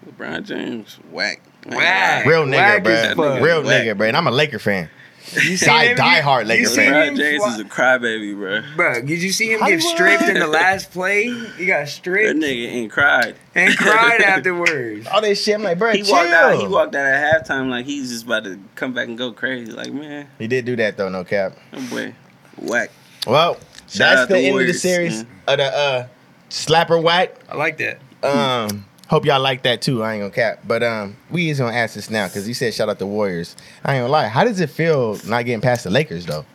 S4: LeBron James, whack.
S3: Whack.
S5: real nigga,
S3: Whack as
S5: bruh.
S3: fuck.
S5: real
S4: Whack.
S5: nigga, bruh. And I'm a Laker fan.
S3: You seen
S5: Die-
S3: him-
S5: diehard
S3: you-
S5: Laker
S3: you seen
S5: fan.
S3: him
S4: LeBron James
S3: fly-
S4: is a crybaby, bro.
S3: Bro, did you see him
S5: I
S3: get
S5: was.
S3: stripped in the last play? He got
S4: That
S3: stripped
S4: nigga ain't cried.
S3: and cried afterwards.
S5: All this shit, I'm like, bruh,
S4: He
S5: chill.
S4: walked out. He walked out at halftime like he's just about to come back and go crazy. Like man,
S5: He did do that though, no cap.
S4: that boy, whack.
S5: Well, that's
S4: out
S5: the
S4: to
S5: end of the
S4: Warriors,
S5: series
S4: man. Hmm.
S5: of the uh, slap or whack.
S3: I like that.
S5: Um, hope y'all like that too. I ain't gonna cap, but um, we is gonna ask this now because you said shout out the Warriors. I ain't gonna lie. How does it feel not getting past the Lakers though?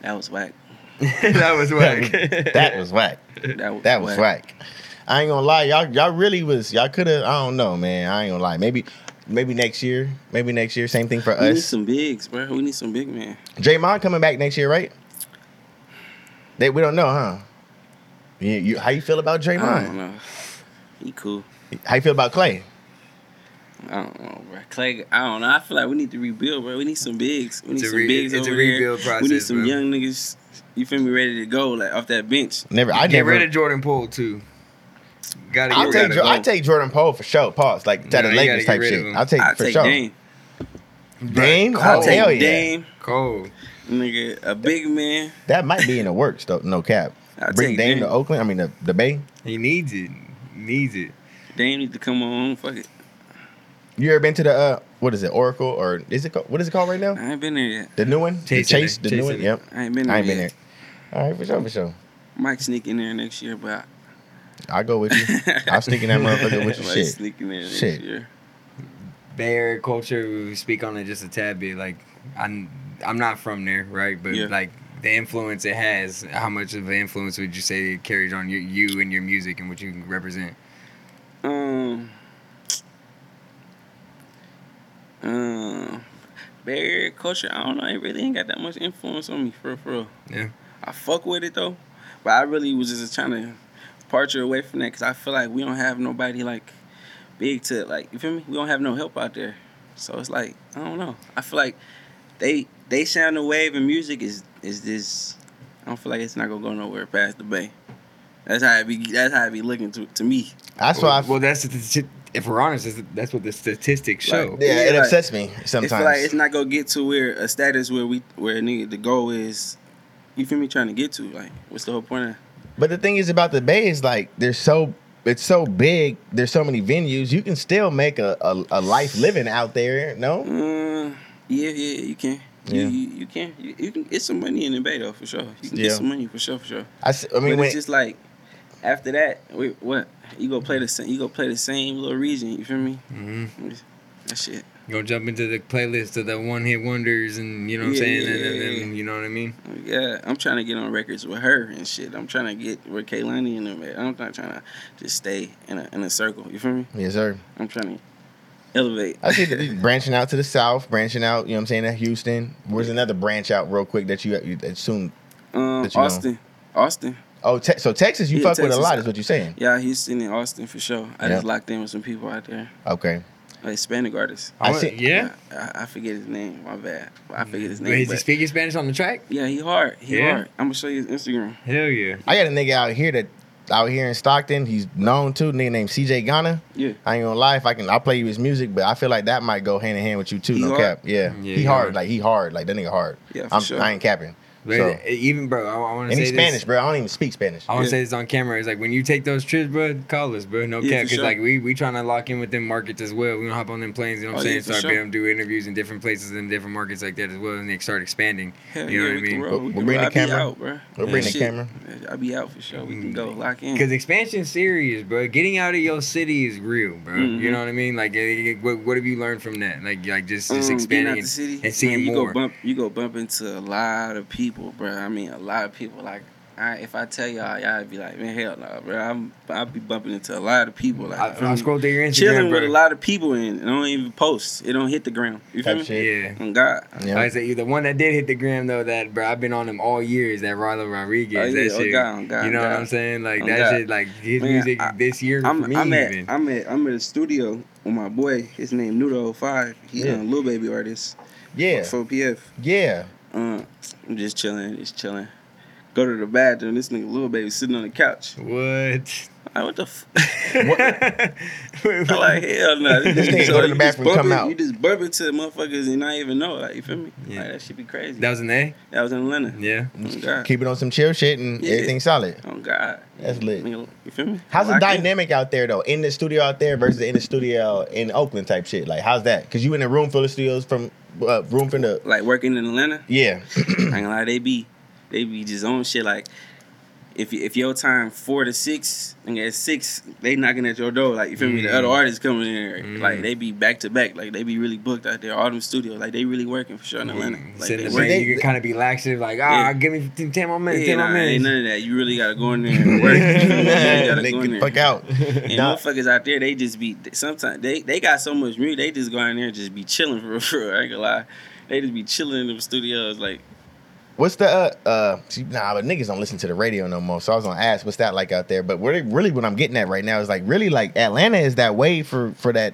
S4: That was whack.
S3: that was whack.
S5: That was whack.
S4: That was,
S5: That was whack. I ain't gonna lie. Y'all, y'all really was. Y'all could have. I don't know, man. I ain't gonna lie. Maybe, maybe next year. Maybe next year. Same thing for
S4: We need
S5: us.
S4: some bigs, bro. We need some big man.
S5: Draymond coming back next year, right? They, we don't know, huh? You, you, how you feel about
S4: I don't
S5: Draymond?
S4: know. He cool.
S5: How you feel about Clay?
S4: I don't know, bro. Clay, I don't know. I feel like we need to rebuild, bro. We need some bigs. We need
S3: It's a
S4: some
S3: re-
S4: bigs
S3: it's a
S4: over there.
S3: rebuild
S4: We need
S3: process,
S4: some
S3: bro.
S4: young niggas. You feel me? Ready to go, like off that bench.
S5: Never. I
S3: Get
S5: never.
S3: rid of Jordan Poole too. Gotta get
S5: I'll
S3: rid
S5: take
S3: of
S5: Jor-
S3: him.
S5: I'll take Jordan Poole for sure. Pause. Like that
S3: Nah,
S5: the
S3: you gotta
S5: Lakers
S3: get
S5: type
S3: rid of
S5: shit.
S3: him.
S5: I'll take
S4: I
S5: for
S4: take
S5: sure. Dame.
S4: Dame.
S5: Oh
S4: I take
S5: hell yeah.
S4: Dame,
S3: Cole.
S4: nigga, a big man.
S5: That might be in the works though. No cap.
S4: I'll
S5: Bring
S4: take
S5: Dame,
S4: Dame.
S5: to Oakland. I mean the, the Bay.
S3: He needs it. Needs it.
S4: Dame need to come on. Fuck it.
S5: You ever been to the uh what is it Oracle or is it called, what is it called right now?
S4: I ain't been there yet.
S5: The new one.
S3: Chase
S5: the Chase.
S3: Center.
S5: The
S3: Chase
S5: new one.
S3: Center.
S5: Yep.
S4: I ain't been there.
S5: I ain't been there.
S4: yet.
S5: All right, for sure, for sure.
S4: Might sneak in there next year, but
S5: I'll go with you. I'll sneak in that motherfucker
S4: I
S5: with you.
S4: might
S5: Shit.
S4: sneak in there next
S5: Shit.
S4: year.
S3: Bay Area culture. We speak on it just a tad bit. Like I'm, I'm not from there, right? But
S4: Yeah.
S3: like the influence it has. How much of an influence would you say it carries on you, you and your music and what you represent?
S4: Um. Um. Barrier culture. I don't know. It really ain't got that much influence on me, for real, for real.
S3: Yeah.
S4: I fuck with it though, but I really was just trying to departure away from that because I feel like we don't have nobody like big to like you feel me. We don't have no help out there, so it's like I don't know. I feel like they they sound the wave and music is is this. I don't feel like it's not gonna go nowhere past the bay. That's how it be. That's how it be looking to to me.
S5: That's
S3: well,
S5: why. I
S3: well, that's the, if we're honest, that's- that's what the statistics show.
S4: Like,
S5: yeah,
S4: Yeah,
S5: it
S4: like,
S5: upsets me sometimes.
S4: It's like it's not gonna get to where a status where we where nigga the goal is. You feel me? Trying to get to like what's the whole point? of
S5: But the thing is about the Bay is like there's so it's so big. There's so many venues. You can still make a, a, a life living out there. No,
S4: Uh, yeah, yeah, you can.
S5: Yeah.
S4: You, you, you can. You, you can get some money in the bay though for sure. You can
S5: Yeah.
S4: get some money for sure, for sure.
S5: I, s- I
S4: I mean,
S5: mean,
S4: but
S5: when,
S4: it's just like after that, we, what you go play the same? You go play the same little region. You feel me?
S3: Mhm.
S5: Mm-hmm.
S4: That shit.
S3: You gonna jump into the playlist of the one hit wonders, and you know what I'm
S4: Yeah,
S3: saying,
S4: yeah,
S3: and, and,
S4: yeah,
S3: and,
S4: yeah.
S3: you know what I mean.
S4: Yeah, I'm trying to get on records with her and shit. I'm trying to get with Kaylani and them. I'm not trying to just stay in a in a circle. You feel me?
S5: yes, sir.
S4: I'm trying to elevate.
S5: I see that you branching out to the south, branching out. You know what I'm saying? At Houston, where's another branch out real quick that you, you that soon?
S4: um,
S5: that you know.
S4: Austin, Austin.
S5: Oh, te- so Texas, you
S4: Yeah,
S5: fuck with a
S4: Texas.
S5: lot, is what you're saying?
S4: Yeah, Houston and Austin for sure. I just
S5: Yeah.
S4: locked in with some people out there,
S5: Okay,
S4: like Hispanic artists.
S5: I
S3: wanna-
S5: see-
S3: Oh, Yeah,
S4: I, I forget his name. My bad. I
S5: Mm,
S4: forget his
S3: Wait, is
S4: name.
S3: he
S4: but-
S3: speaking Spanish on the track?
S4: yeah, he hard. He
S3: Yeah?
S4: hard. I'm gonna show you his Instagram.
S3: Hell yeah.
S5: I got a nigga out here that out here in Stockton. He's known to nigga named CJ Ghana.
S4: Yeah.
S5: I ain't gonna lie, if I can, I'll play you his music, but I feel like that might go hand in hand with you too.
S4: He
S5: no
S4: hard?
S5: cap, yeah.
S3: Yeah,
S5: he
S3: he
S5: hard,
S3: hard.
S5: like he hard, like that nigga hard.
S4: Yeah, for
S5: I'm,
S4: sure.
S5: I ain't capping.
S3: But
S5: So-
S3: even bro, I, want to
S5: And
S3: say
S5: he's Spanish,
S3: this.
S5: bro. I don't even speak Spanish.
S3: I want to
S4: Yeah.
S3: say this on camera. It's like when you take those trips, bro, call us, bro. No cap,
S4: Yeah, for
S3: because
S4: sure.
S3: like we we trying to lock in with them markets as well. We gonna hop on them planes. You know what I'm
S4: Oh, yeah,
S3: saying?
S4: for
S3: Start
S4: sure.
S3: being able to do interviews in different places and different markets like that as well, and they start expanding.
S4: Hell
S3: you know
S4: yeah,
S3: what I
S4: we can
S3: mean?
S4: roll.
S5: We'll-
S4: We
S5: we'll
S4: can
S5: bring
S4: roll.
S5: the
S4: I be
S5: camera.
S4: out, bro.
S5: We'll bring the
S4: Shit.
S5: camera. Mm.
S4: I'll be out for sure. We can go lock in.
S3: Because expansion's serious, bro. Getting out of your city is real, bro. You
S4: Mhm.
S3: know what I mean? Like, eh, eh, what, what have you learned from that? Like, like just just
S4: Um, being
S3: expanding
S4: out
S3: and,
S4: the city,
S3: and seeing
S4: man, you
S3: more.
S4: Go bump, you go bump into a lot of people, bro. I mean, a lot of people. Like, I, if I tell y'all, y'all be like, man, hell no, bro. I'm, I'll be bumping into a lot of people. Like,
S3: I,
S4: you feel
S3: I
S4: me?
S3: scrolled through your Instagram,
S4: Mm. chilling
S3: bro.
S4: with a lot of people and it don't even post. It don't hit the ground. You feel
S5: Type
S4: me?
S5: shit.
S3: Yeah.
S4: On God.
S5: Yeah.
S3: I said the one that did hit the gram though that bro I've been on him all years that Rollo Rodriguez
S4: Oh, yeah.
S3: that
S4: Oh,
S3: shit
S4: God, oh, God,
S3: you know
S4: God.
S3: what I'm saying like
S4: Oh,
S3: that
S4: God.
S3: shit like his
S4: Man,
S3: music
S4: I-
S3: this year for
S4: I'm,
S3: me
S4: I'm at
S3: even
S4: I'm at I'm at the studio with my boy. His name Nudo Five. He a
S5: Yeah.
S4: little baby artist.
S5: Yeah.
S4: For PF.
S5: Yeah.
S4: Uh, I'm just chilling. Just chilling. Go to the bathroom. This nigga little baby sitting on the couch.
S3: what
S4: Like, what the? F-
S3: Wait,
S4: I'm like hell no.
S5: This nigga go to the
S4: you just
S5: bathroom,
S4: bump
S5: come
S4: it-
S5: out.
S4: You just bump into motherfuckers and not even know. Like you feel me?
S3: Yeah.
S4: Like, that should be crazy.
S3: that was an A
S4: That was in Atlanta.
S3: yeah
S4: Oh God.
S5: Keep it on some chill shit and
S4: Yeah.
S5: everything solid.
S4: Oh God.
S5: That's lit.
S4: Nigga, You feel me?
S5: How's the
S4: Lock in.
S5: dynamic out there though? In the studio out there versus in the studio in Oakland type shit. Like how's that? Cause you in a room full of studios from uh, room from the
S4: like working in Atlanta,
S5: yeah.
S4: I ain't gonna lie, they be they be just on shit like if you- if your time four to six and at six they knocking at your door like you feel me the
S3: Mm.
S4: other artists coming in there
S3: Mm.
S4: like they be back to back like they be really booked out there all them studios like they really working for sure in Atlanta like
S3: Sitting
S4: they
S3: in the
S5: work.
S3: bed,
S5: They-
S4: working.
S3: you can kind of be laxative like ah
S4: Yeah.
S3: give me 15, 10 more minutes
S4: Yeah,
S3: 10
S4: nah,
S3: more
S4: ain't
S3: minutes
S4: none of that. You really gotta go in there and work. you
S5: Nigga,
S4: really gotta go in
S5: get the
S4: there.
S5: fuck out.
S4: And
S5: Nah.
S4: motherfuckers out there, they just be sometimes they, they got so much music, they just go in there and just be chilling for real. For real. I ain't gonna lie, they just be chilling in them studios like
S5: What's the uh, uh see, nah but niggas don't listen to the radio no more. So I was gonna ask what's that like out there. But what really what I'm getting at right now is like really like Atlanta is that way for for that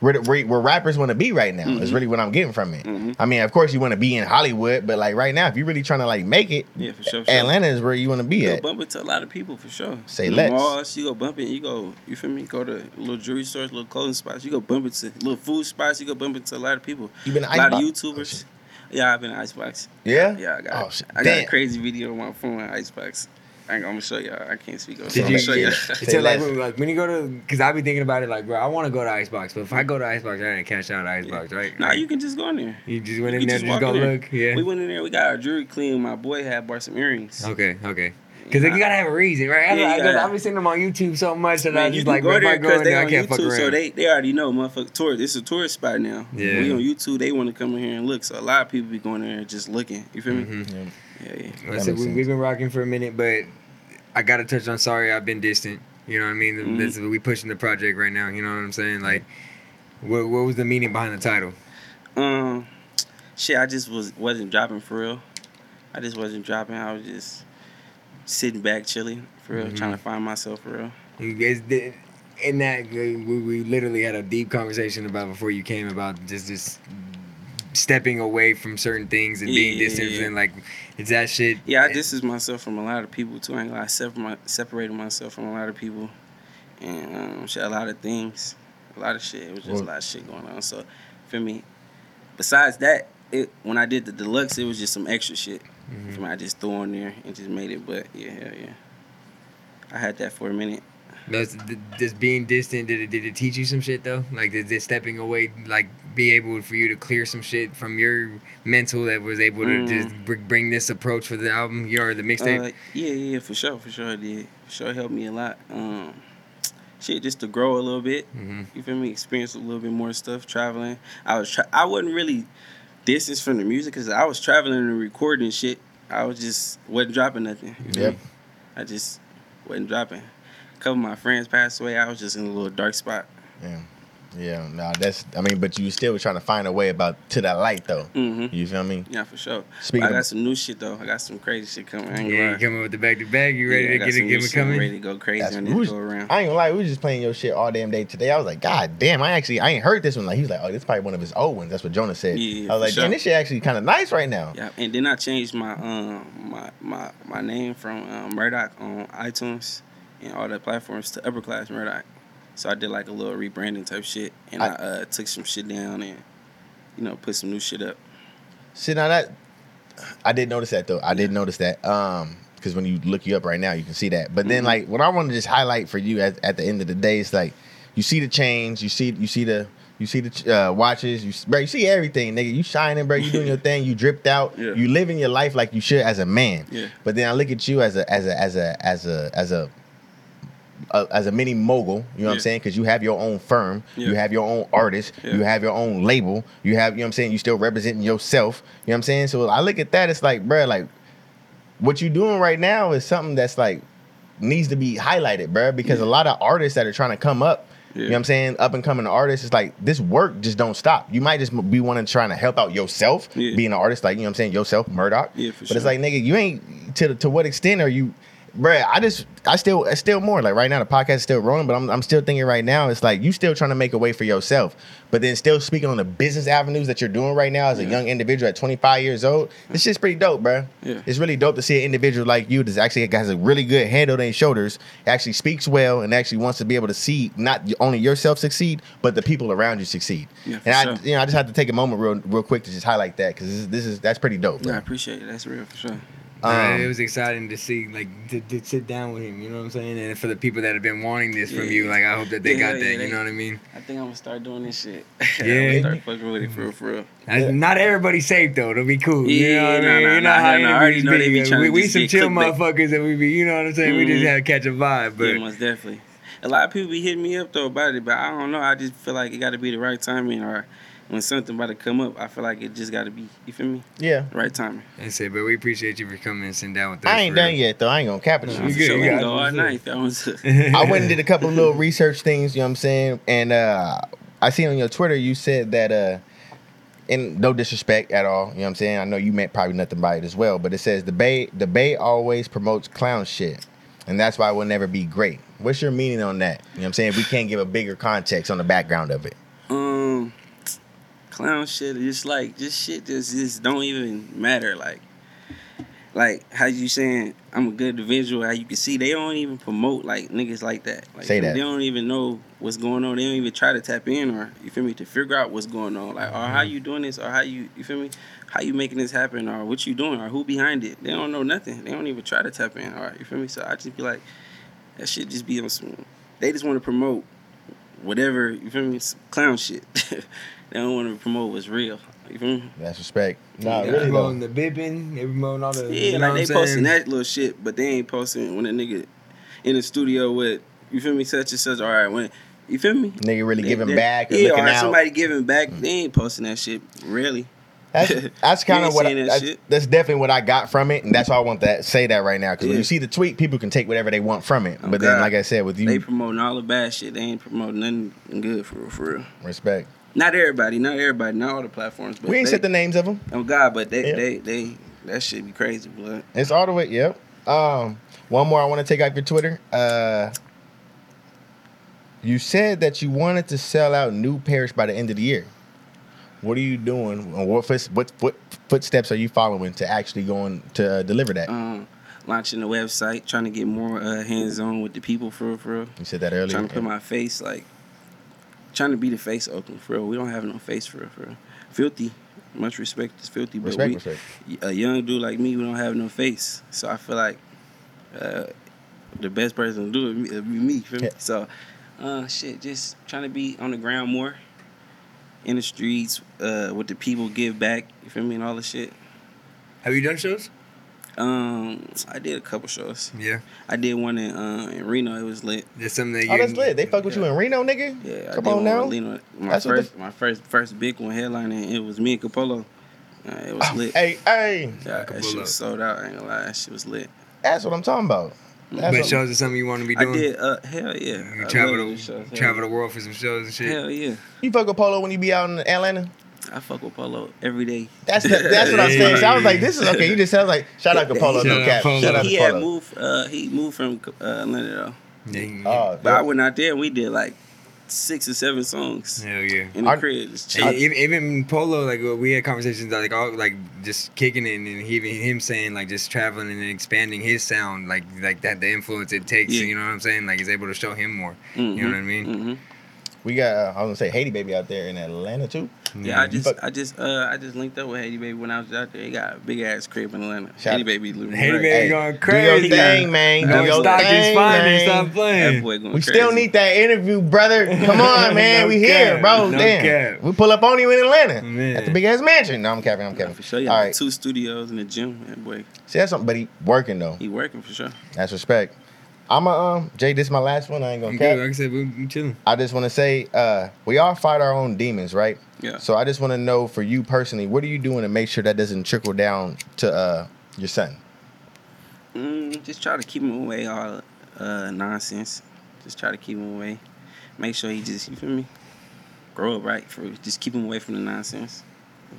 S5: where the- where, where rappers wanna be right now
S4: Mm-hmm.
S5: is really what I'm getting from it.
S4: Mhm.
S5: I mean of course you wanna be in Hollywood, but like right now if you're really trying to like make it,
S4: yeah for sure. For sure.
S5: Atlanta is where you wanna be
S4: You
S5: at.
S4: go bump into a lot of people for sure.
S5: Say
S4: the
S5: less.
S4: Malls, you go bump in, you go, you feel me? Go to little jewelry stores, little clothing spots. You go bump into little food spots. You go bump into a lot of people.
S5: You been to
S4: a lot of
S5: Icebox?
S4: YouTubers. yeah, I've been to Icebox.
S5: Yeah?
S4: Yeah, I got
S5: Oh, shit.
S4: I got
S5: Damn.
S4: a crazy video on my phone on Icebox. I ain't, I'm gonna show y'all. I can't speak on it.
S3: Did
S4: I'm gonna
S3: you,
S4: show
S3: yeah.
S4: y'all.
S5: Say
S3: So like,
S5: less.
S3: when, like when you go to, because I be thinking about it like, bro, I want to go to Icebox, but if I go to Icebox, I ain't catch out of Icebox, right?
S4: Nah,
S3: Like,
S4: you can just go in there.
S3: you just went
S4: You
S3: in
S4: can
S3: there,
S4: just
S3: just
S4: walk
S3: go
S4: in there.
S3: look, yeah.
S4: We went in there. We got our jewelry clean. My boy had bought some earrings.
S3: Okay, okay. Because you gotta have a reason, right? I,
S4: Yeah, you
S3: I,
S4: gotta-
S3: I've been seeing them on YouTube so much that I
S4: Man, you
S3: just
S4: can
S3: like,
S4: go
S3: bro, if I
S4: there
S3: go
S4: because
S3: in
S4: they
S3: there, I
S4: on
S3: can't fuck
S4: YouTube,
S3: around.
S4: so they, they already know, motherfucker. Tourist, it's a tourist spot now.
S3: Yeah.
S4: we on YouTube. They want to come in here and look, so a lot of people be going there just looking. You feel me?
S3: Mm-hmm.
S4: Yeah,
S3: I
S4: yeah.
S5: That
S3: said,
S5: makes
S3: we,
S5: sense.
S3: we've been rocking for a minute, but I gotta touch on. Sorry, I've been distant. You know what I mean?
S4: Mhm.
S3: This, we pushing the project right now. You know what I'm saying? Like, what, what was the meaning behind the title?
S4: Um, shit, I just was wasn't dropping for real. I just wasn't dropping. I was just sitting back, chilling for real,
S3: Mhm.
S4: trying to find myself for real.
S3: You guys did. In that, uh, we, we literally had a deep conversation about before you came about just just stepping away from certain things and being
S4: Yeah, yeah,
S3: distant
S4: yeah.
S3: and like it's that shit.
S4: Yeah, I distance myself from a lot of people too. I ain't gonna lie, I separ- my, separated myself from a lot of people and um, shit, a lot of things, a lot of shit. It was just
S5: Well-
S4: a lot of shit going on. So, for me, besides that, it when I did the deluxe, it was just some extra shit.
S3: Mhm.
S4: For me, I just threw on there and just made it. But yeah, hell yeah, I had that for a minute.
S3: That's th- just being distant. Did it did it teach you some shit though? Like did, did stepping away like be able for you to clear some shit from your mental that was able to
S4: Mm.
S3: just br- bring this approach for the album your the mixtape?
S4: Uh, yeah, yeah, for sure, for sure it did. For sure it helped me a lot. Um, shit, just to grow a little bit.
S3: Mhm.
S4: You feel me? Experience a little bit more stuff traveling. I was tra- I wasn't really distanced from the music because I was traveling and recording shit. I was just wasn't dropping nothing. you feel
S5: Yep.
S4: me? I just wasn't dropping. A couple of my friends passed away. I was just in a little dark spot.
S5: Yeah. Yeah, no, that's I mean, but you still were trying to find a way about to that light though.
S4: Mm-hmm.
S5: You feel me?
S4: Yeah, for sure.
S5: Speaking
S4: But I
S5: of-
S4: got some new shit though. I got some crazy shit coming. I ain't
S3: Yeah,
S4: gonna
S3: you
S4: lie.
S3: coming with the back to back. You
S4: Yeah, I
S3: ready
S4: got
S3: to get
S4: some
S3: it,
S4: new
S3: get it
S4: shit. I'm
S3: coming?
S4: Ready to go crazy
S5: That's,
S4: and
S5: we
S4: then
S5: was,
S4: go around.
S5: I ain't gonna lie, we was just playing your shit all damn day today. I was like, God damn, I actually I ain't heard this one. Like he was like, Oh, this is probably one of his old ones. That's what Jonah said.
S4: Yeah,
S5: I was
S4: for
S5: like, damn,
S4: sure.
S5: this shit actually kinda nice right now.
S4: Yeah, and then I changed my um my my, my name from um, Murdoch on iTunes and all the platforms to Upper Class Murdoch. So I did like a little rebranding type shit, and I,
S5: I-
S4: uh, took some shit down and you know put some new shit up.
S5: See now that I did notice that though. I did notice that. Um because when you look you up right now, you can see that. But then
S4: Mhm.
S5: like what I want to just highlight for you at, at the end of the day is like you see the change, you see you see the you see the uh, watches, you s- bro, you see everything, nigga. You shining, bro. You doing your thing. You dripped out.
S4: Yeah.
S5: You living your life like you should as a man.
S4: Yeah.
S5: But then I look at you as a as a as a as a as a a, as a mini mogul, you know what I'm
S4: Yeah.
S5: saying? Because you have your own firm,
S4: Yeah.
S5: you have your own artist,
S4: Yeah.
S5: you have your own label, you have, you know what I'm saying? You still representing yourself, you know what I'm saying? So I look at that, it's like, bruh, like what you doing right now is something that's like needs to be highlighted, bruh, because a lot of artists that are trying to come up, you
S4: Yeah.
S5: know what I'm saying? Up and coming artists, it's like this work just don't stop. You might just be wanting trying to help out yourself,
S4: Yeah.
S5: being an artist, like, you know what I'm saying? Yourself, Murdoch.
S4: Yeah, for
S5: but it's
S4: sure.
S5: like, nigga, you ain't to to what extent are you, bruh? I just I still it's still more like right now the podcast is still rolling, but I'm I'm still thinking right now it's like you still trying to make a way for yourself, but then still speaking on the business avenues that you're doing right now as a young individual at 25 years old. This shit's pretty dope, bruh.
S4: Yeah.
S5: It's really dope to see an individual like you that's actually has a really good head on their shoulders, actually speaks well, and actually wants to be able to see not only yourself succeed, but the people around you succeed.
S4: Yeah, for
S5: and I
S4: sure.
S5: you know I just had to take a moment real real quick to just highlight that because this, is- this is that's pretty dope.
S4: Yeah, I
S5: bruh.
S4: appreciate it. That's real for sure.
S3: Uh,
S5: Um,
S3: it was exciting to see, like, to, to sit down with him. You know what I'm saying? And for the people that have been wanting this from
S4: Yeah.
S3: you, like, I hope that they
S4: Yeah,
S3: got
S4: yeah,
S3: that.
S4: they-
S3: You know what I mean?
S4: I think I'm gonna start doing this shit. I'm
S3: Yeah.
S4: gonna start fucking with it for real, for real.
S3: That's- Not everybody's safe though. It'll be cool. you know
S4: Yeah,
S3: what I
S4: nah,
S3: mean?
S4: nah,
S3: you know
S4: nah,
S3: how
S4: nah, nah. I already
S3: interviews
S4: know they be
S3: be. uh,
S4: trying
S3: We,
S4: to
S3: we
S4: just
S3: some
S4: get
S3: chill
S4: clickbait.
S3: motherfuckers that we be. You know what I'm saying? We just
S4: Mhm.
S3: had to catch a vibe, but
S4: yeah, most definitely. A lot of people be hitting me up though about it, but I don't know. I just feel like it got to be the right timing, or when something about to come up, I feel like it just got to be. You feel me?
S5: yeah.
S4: The right timing.
S3: I say, but we appreciate you for coming and sitting down with us.
S5: I ain't
S3: for real.
S5: done yet though. I ain't gonna cap it.
S3: No,
S5: on
S4: You
S5: you.
S3: good,
S4: good?
S3: you
S4: We can
S3: got
S4: go
S3: it.
S4: all night. if That one's.
S5: I went and did a couple of little research things, you know what I'm saying? And uh I seen on your Twitter you said that uh and no disrespect at all, you know what I'm saying? I know you meant probably nothing by it as well, but it says the Bay the Bay always promotes clown shit. And that's why we'll never be great. What's your meaning on that? You know what I'm saying? We can't give a bigger context on the background of it.
S4: Um, clown shit. Just like just shit. Just just don't even matter. Like, like how you saying I'm a good visual. How you can see they don't even promote like niggas like that. Like,
S5: Say that.
S4: They don't even know what's going on. They don't even try to tap in or you feel me to figure out what's going on. Like, or how you doing this or how you you feel me. How you making this happen or what you doing or who behind it? They don't know nothing. They don't even try to tap in. All right, you feel me? So I just be like, that shit just be on some. They just want to promote whatever you feel me some clown shit. they don't want to promote what's real. You feel me?
S5: That's respect. No,
S4: Yeah.
S5: really
S3: promoting
S5: though.
S3: the bipping, they promoting all the.
S4: Yeah,
S3: Uh, you know
S4: like
S3: what I'm
S4: they
S3: saying?
S4: posting that little shit, but they ain't posting when a nigga in the studio with you feel me such and such. All right, when you feel me.
S5: Nigga really
S4: They-
S5: giving
S4: they-
S5: back or
S4: yeah,
S5: looking
S4: or
S5: out. Mm.
S4: somebody giving back. They ain't posting that shit, really.
S5: That's that's
S4: You
S5: kind of
S4: ain't
S5: what I,
S4: saying that
S5: that's,
S4: shit.
S5: that's definitely what I got from it, and that's why I want to say that right now. Because when
S4: Yeah.
S5: you see the tweet, people can take whatever they want from it.
S4: Oh,
S5: but then,
S4: God.
S5: like I said, with you,
S4: They promoting all the bad shit. They ain't promoting nothing good for real, for real.
S5: respect.
S4: Not everybody, not everybody, not all the platforms. But
S5: we ain't
S4: they,
S5: said the names of them.
S4: Oh God, but they
S5: Yeah.
S4: they they that shit be crazy, blood.
S5: It's all the way. Yep. Um, one more I want to take out your Twitter. Uh, you said that you wanted to sell out New Parish by the end of the year. What are you doing? And What foot, what, what footsteps are you following to actually going to uh, deliver that?
S4: Um, launching the website, trying to get more uh, hands on with the people for real, for real.
S5: you said that earlier.
S4: Trying to put my face like, trying to be the face of Oakland for real. We don't have no face for real, for real. Filthy, much respect is filthy, but
S5: respect,
S4: we,
S5: respect.
S4: a young dude like me, we don't have no face. So I feel like uh, the best person to do it would be me. Feel me?
S5: Yeah.
S4: So, uh, shit, just trying to be on the ground more, in the streets, uh, what the people give back. You feel me? And all the shit.
S3: Have you done shows?
S4: Um, I did a couple shows.
S3: Yeah,
S4: I did one in uh, in Reno. It was lit.
S3: that's something that you.
S5: Oh, that's lit. They fuck with you in Reno, nigga.
S4: Yeah, I
S5: Come
S4: did
S5: on
S4: one
S5: now.
S4: with Reno. My
S5: That's what the-
S4: first, my first, first big one headlining. It was me and Capolo. Uh, it was lit.
S5: Oh, Hey, hey,
S4: Yeah, that shit
S3: Capullo.
S4: was sold out. I ain't gonna lie, that shit was lit.
S5: that's what I'm talking about. That's
S3: But
S5: what-
S3: shows is something you want to be
S4: I
S3: doing.
S4: did. Uh, hell yeah.
S3: You
S4: I
S3: travel
S4: love
S3: the
S4: these shows, hell
S3: travel
S4: yeah.
S3: the world for some shows and shit.
S4: Hell yeah.
S5: you fuck with Polo when you be out in Atlanta.
S4: I fuck with Polo every day.
S5: That's the, that's what I'm saying. So I was like, this is okay. You just sound like shout out to Polo,
S3: Shout
S5: no
S3: out
S5: cap.
S3: Polo.
S5: Shout out
S4: he
S5: to
S4: had
S5: Polo.
S4: moved. Uh, he moved from uh, Atlanta though,
S3: Yeah.
S5: Oh,
S4: but I went out there and we did like six or seven songs
S3: Hell yeah.
S4: in the
S5: I-
S4: crib. Just
S3: And
S4: chilling.
S3: even, E- even Polo, like we had conversations like all like just kicking it, and he, even him saying like just traveling and expanding his sound, like like that the influence it takes.
S4: Yeah.
S3: You know what I'm saying? Like he's able to show him more. You know what I mean?
S4: Mhm.
S5: we got. Uh, I was gonna say Haiti baby out there in Atlanta too.
S4: Yeah, I
S5: Mhm.
S4: just,
S5: Fuck.
S4: I just, uh, I just linked up with Haiti Baby when I was out there. He got a big ass crib in Atlanta.
S5: Shout-
S4: Haiti Baby, living
S3: Haiti
S4: right.
S3: Baby
S5: Hey,
S3: going
S5: do your
S3: crazy.
S5: thing, man. Do
S3: Don't
S5: your
S3: stop
S5: thing,
S3: responding,
S5: man.
S3: stop playing.
S4: That boy going
S5: We still
S4: crazy.
S5: need that interview, brother. Come on, man.
S3: No
S5: we here,
S3: cap,
S5: bro.
S3: no
S5: Damn.
S3: cap.
S5: We pull up on you in Atlanta
S3: Man.
S5: at the big ass mansion. No, I'm capping. I'm
S4: Yeah,
S5: capping.
S4: for sure. You
S5: All
S4: got
S5: right.
S4: two studios and a gym. That boy,
S5: See, that's something, but he working though.
S4: he working for sure.
S5: That's respect. I'm a um Jay. This is my last one. I ain't gonna
S3: I'm
S5: cap.
S3: good. Like I said, we- we chilling.
S5: I just want to say, uh, we all fight our own demons, right?
S4: Yeah.
S5: So I just want to know for you personally, what are you doing to make sure that doesn't trickle down to uh, your son?
S4: Mm, just try to keep him away all uh, nonsense. Just try to keep him away. Make sure he just you feel me. Grow up right for just keep him away from the nonsense,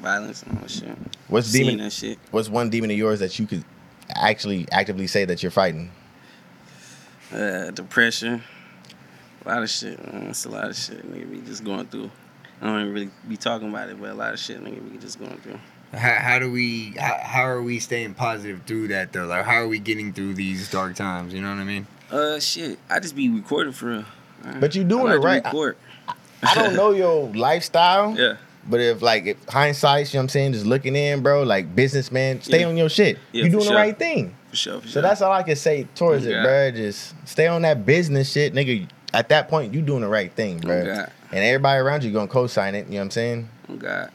S4: violence and all that shit.
S5: What's
S4: Seeing
S5: demon?
S4: that shit.
S5: What's one demon of yours that you could actually actively say that you're fighting?
S4: Uh, depression. A lot of shit. Man. It's a lot of shit. Nigga, be just going through. I don't even really be talking about it, but a lot of shit. Nigga, we just going through.
S3: How, how do we? How, how are we staying positive through that though? Like how are we getting through these dark times? You know what I mean?
S4: Uh, shit. I just be recording for real.
S5: But you doing
S4: I like
S5: it
S4: to
S5: right.
S4: Record.
S5: I don't know your lifestyle,
S4: Yeah.
S5: but if like if hindsight, you know what I'm saying, just looking in, bro, like businessman, stay
S4: Yeah.
S5: on your shit.
S4: Yeah,
S5: you're
S4: for
S5: doing
S4: sure.
S5: the right thing.
S4: For sure. For
S5: So
S4: sure.
S5: that's all I can say towards
S4: Yeah.
S5: it, bro. Just stay on that business shit, nigga. At that point, you doing the right thing, bro.
S4: Yeah.
S5: And everybody around you gonna co-sign it. You know what I'm saying?
S4: Oh God.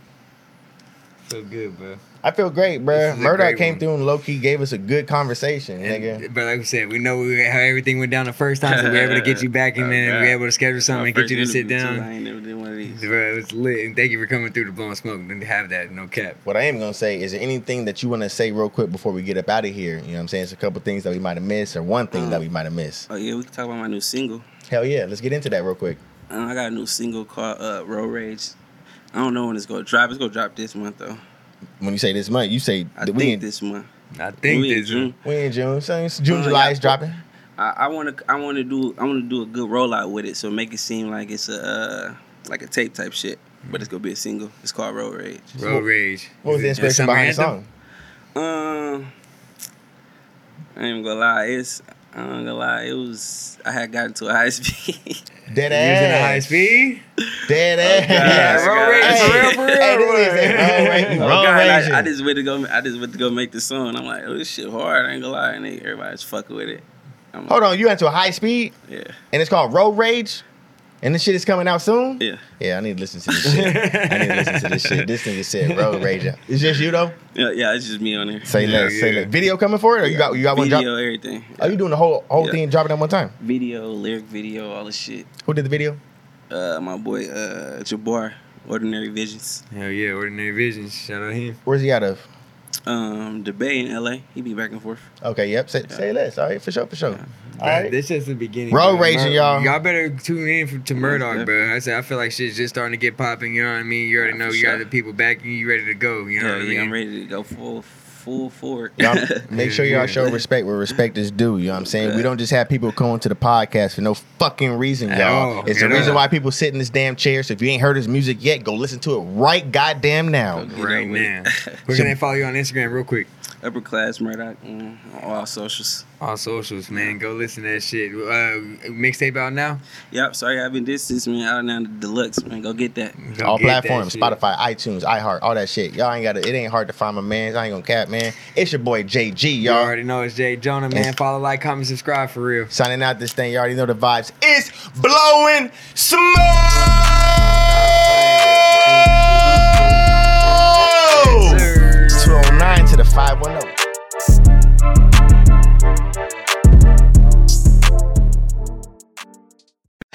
S3: So good, bro.
S5: I feel great, bro.
S3: This is a
S5: Murdoch
S3: great
S5: came
S3: one.
S5: through and low key gave us a good conversation,
S3: And-
S5: nigga.
S3: But like we said, we know we, how everything went down the first time, so we were able to get you back, and
S4: Oh,
S3: then
S4: God.
S3: we were able to schedule something
S4: My
S3: and get
S4: first
S3: you to sit
S4: interview, too.
S3: down.
S4: I ain't never did one of these.
S3: Bro, it was lit. And thank you for coming through to Blowing Smoke and have that, no cap.
S5: What I am gonna say is there anything that you wanna say real quick before we get up out of here? You know what I'm saying? It's a couple things that we might have missed or one thing that we might have missed.
S4: Oh yeah, we can talk about my new single.
S5: Hell yeah, let's get into that real quick.
S4: Um, I got a new single called uh, "Road Rage." I don't know when it's gonna drop. It's gonna drop this month though.
S5: When you say this month, you say
S4: I
S5: that
S4: think
S5: we in,
S4: this month.
S3: I think
S4: we in
S3: this
S4: June.
S5: we in June, so it's June,
S3: Oh,
S4: Uh,
S5: July
S4: yeah.
S5: is dropping.
S4: I, I wanna I wanna do I wanna do a good rollout with it, so make it seem like it's a uh, like a tape type shit. But it's gonna be a single. It's called "Road Rage."
S3: road rage.
S5: What was the
S3: Is it
S5: inspiration
S3: summer
S5: behind the
S3: anthem?
S5: song?
S4: Um, I ain't gonna lie. It's I ain't gonna lie. It was I had gotten to a high speed.
S5: Dead
S3: You was in a high
S5: ass.
S3: speed?
S5: Dead ass.
S3: road
S4: Yeah, God.
S3: rage for
S5: Hey,
S3: real, for real.
S5: hey, this is
S3: bro.
S5: it, road rage.
S4: Oh,
S5: Road
S4: God,
S5: raging.
S4: I, I just went to go. I just went to go make the song. I'm like, oh, this shit hard. I ain't gonna lie, and they- everybody's fucking with it. I'm like,
S5: Hold on, you into a high speed
S4: Yeah,
S5: and it's called Road Rage? And this shit is coming out soon?
S4: yeah,
S5: Yeah, I need to listen to this shit. I need to listen to this shit. This nigga said road rage. It's just you though.
S4: yeah, yeah. It's just me on there.
S5: Say
S3: Yeah,
S5: less. Say
S3: yeah.
S5: less. Video coming for it, or you got you got one
S4: video,
S5: drop?
S4: everything.
S5: Are you doing the whole whole
S4: Yeah.
S5: thing and dropping at one time?
S4: video, lyric, video, all the shit.
S5: Who did the video?
S4: Uh, my boy, uh, Jabbar, Ordinary Visions.
S3: Hell yeah, Ordinary Visions. Shout out him.
S5: Where's he out of?
S4: Um, the Bay in L.A. He be back and forth.
S5: Okay, yep. Say, say less. All right, for sure, for sure. All
S3: Bro,
S5: right.
S3: This is the beginning.
S5: Road
S3: bro.
S5: raging,
S3: Mur-
S5: y'all.
S3: Y'all better tune in for, to Murdoch,
S4: definitely.
S3: bro. I said I feel like shit's just starting to get popping. You know what I mean? You already
S4: Yeah,
S3: know
S4: for
S3: you
S4: sure.
S3: got the people backing you, you ready to go. You know
S4: Yeah,
S3: what I
S4: yeah,
S3: mean?
S4: I'm ready to go full full forward.
S5: Y'all, make sure y'all show respect where respect is due. You know what I'm saying? We don't just have people coming to the podcast for no fucking reason,
S3: At
S5: y'all.
S3: all.
S5: It's the
S3: Yeah.
S5: reason why people sit in this damn chair. So if you ain't heard his music yet, go listen to it right goddamn now.
S4: Get
S3: right
S4: over it.
S3: now. Where can they follow you on Instagram real quick?
S4: Upper class Murdoch mm, on all socials.
S3: All socials, man. Go listen to that shit. Uh, mixtape out now.
S4: Yep, sorry I've been distance, man. Out now the deluxe, man. Go get that.
S3: Go
S5: all
S3: get that
S5: platforms,
S3: shit.
S5: Spotify, iTunes, iHeart, all that shit. Y'all ain't gotta it ain't hard to find my man. I ain't gonna cap, man. It's your boy JG,
S3: You
S5: y'all.
S3: already know it's Jay Jonah, man. Follow, like, comment, subscribe for real.
S5: Signing out this thing, you already know the vibes. It's blowing smoke.
S3: Sir.
S5: 209 to the oh. 510.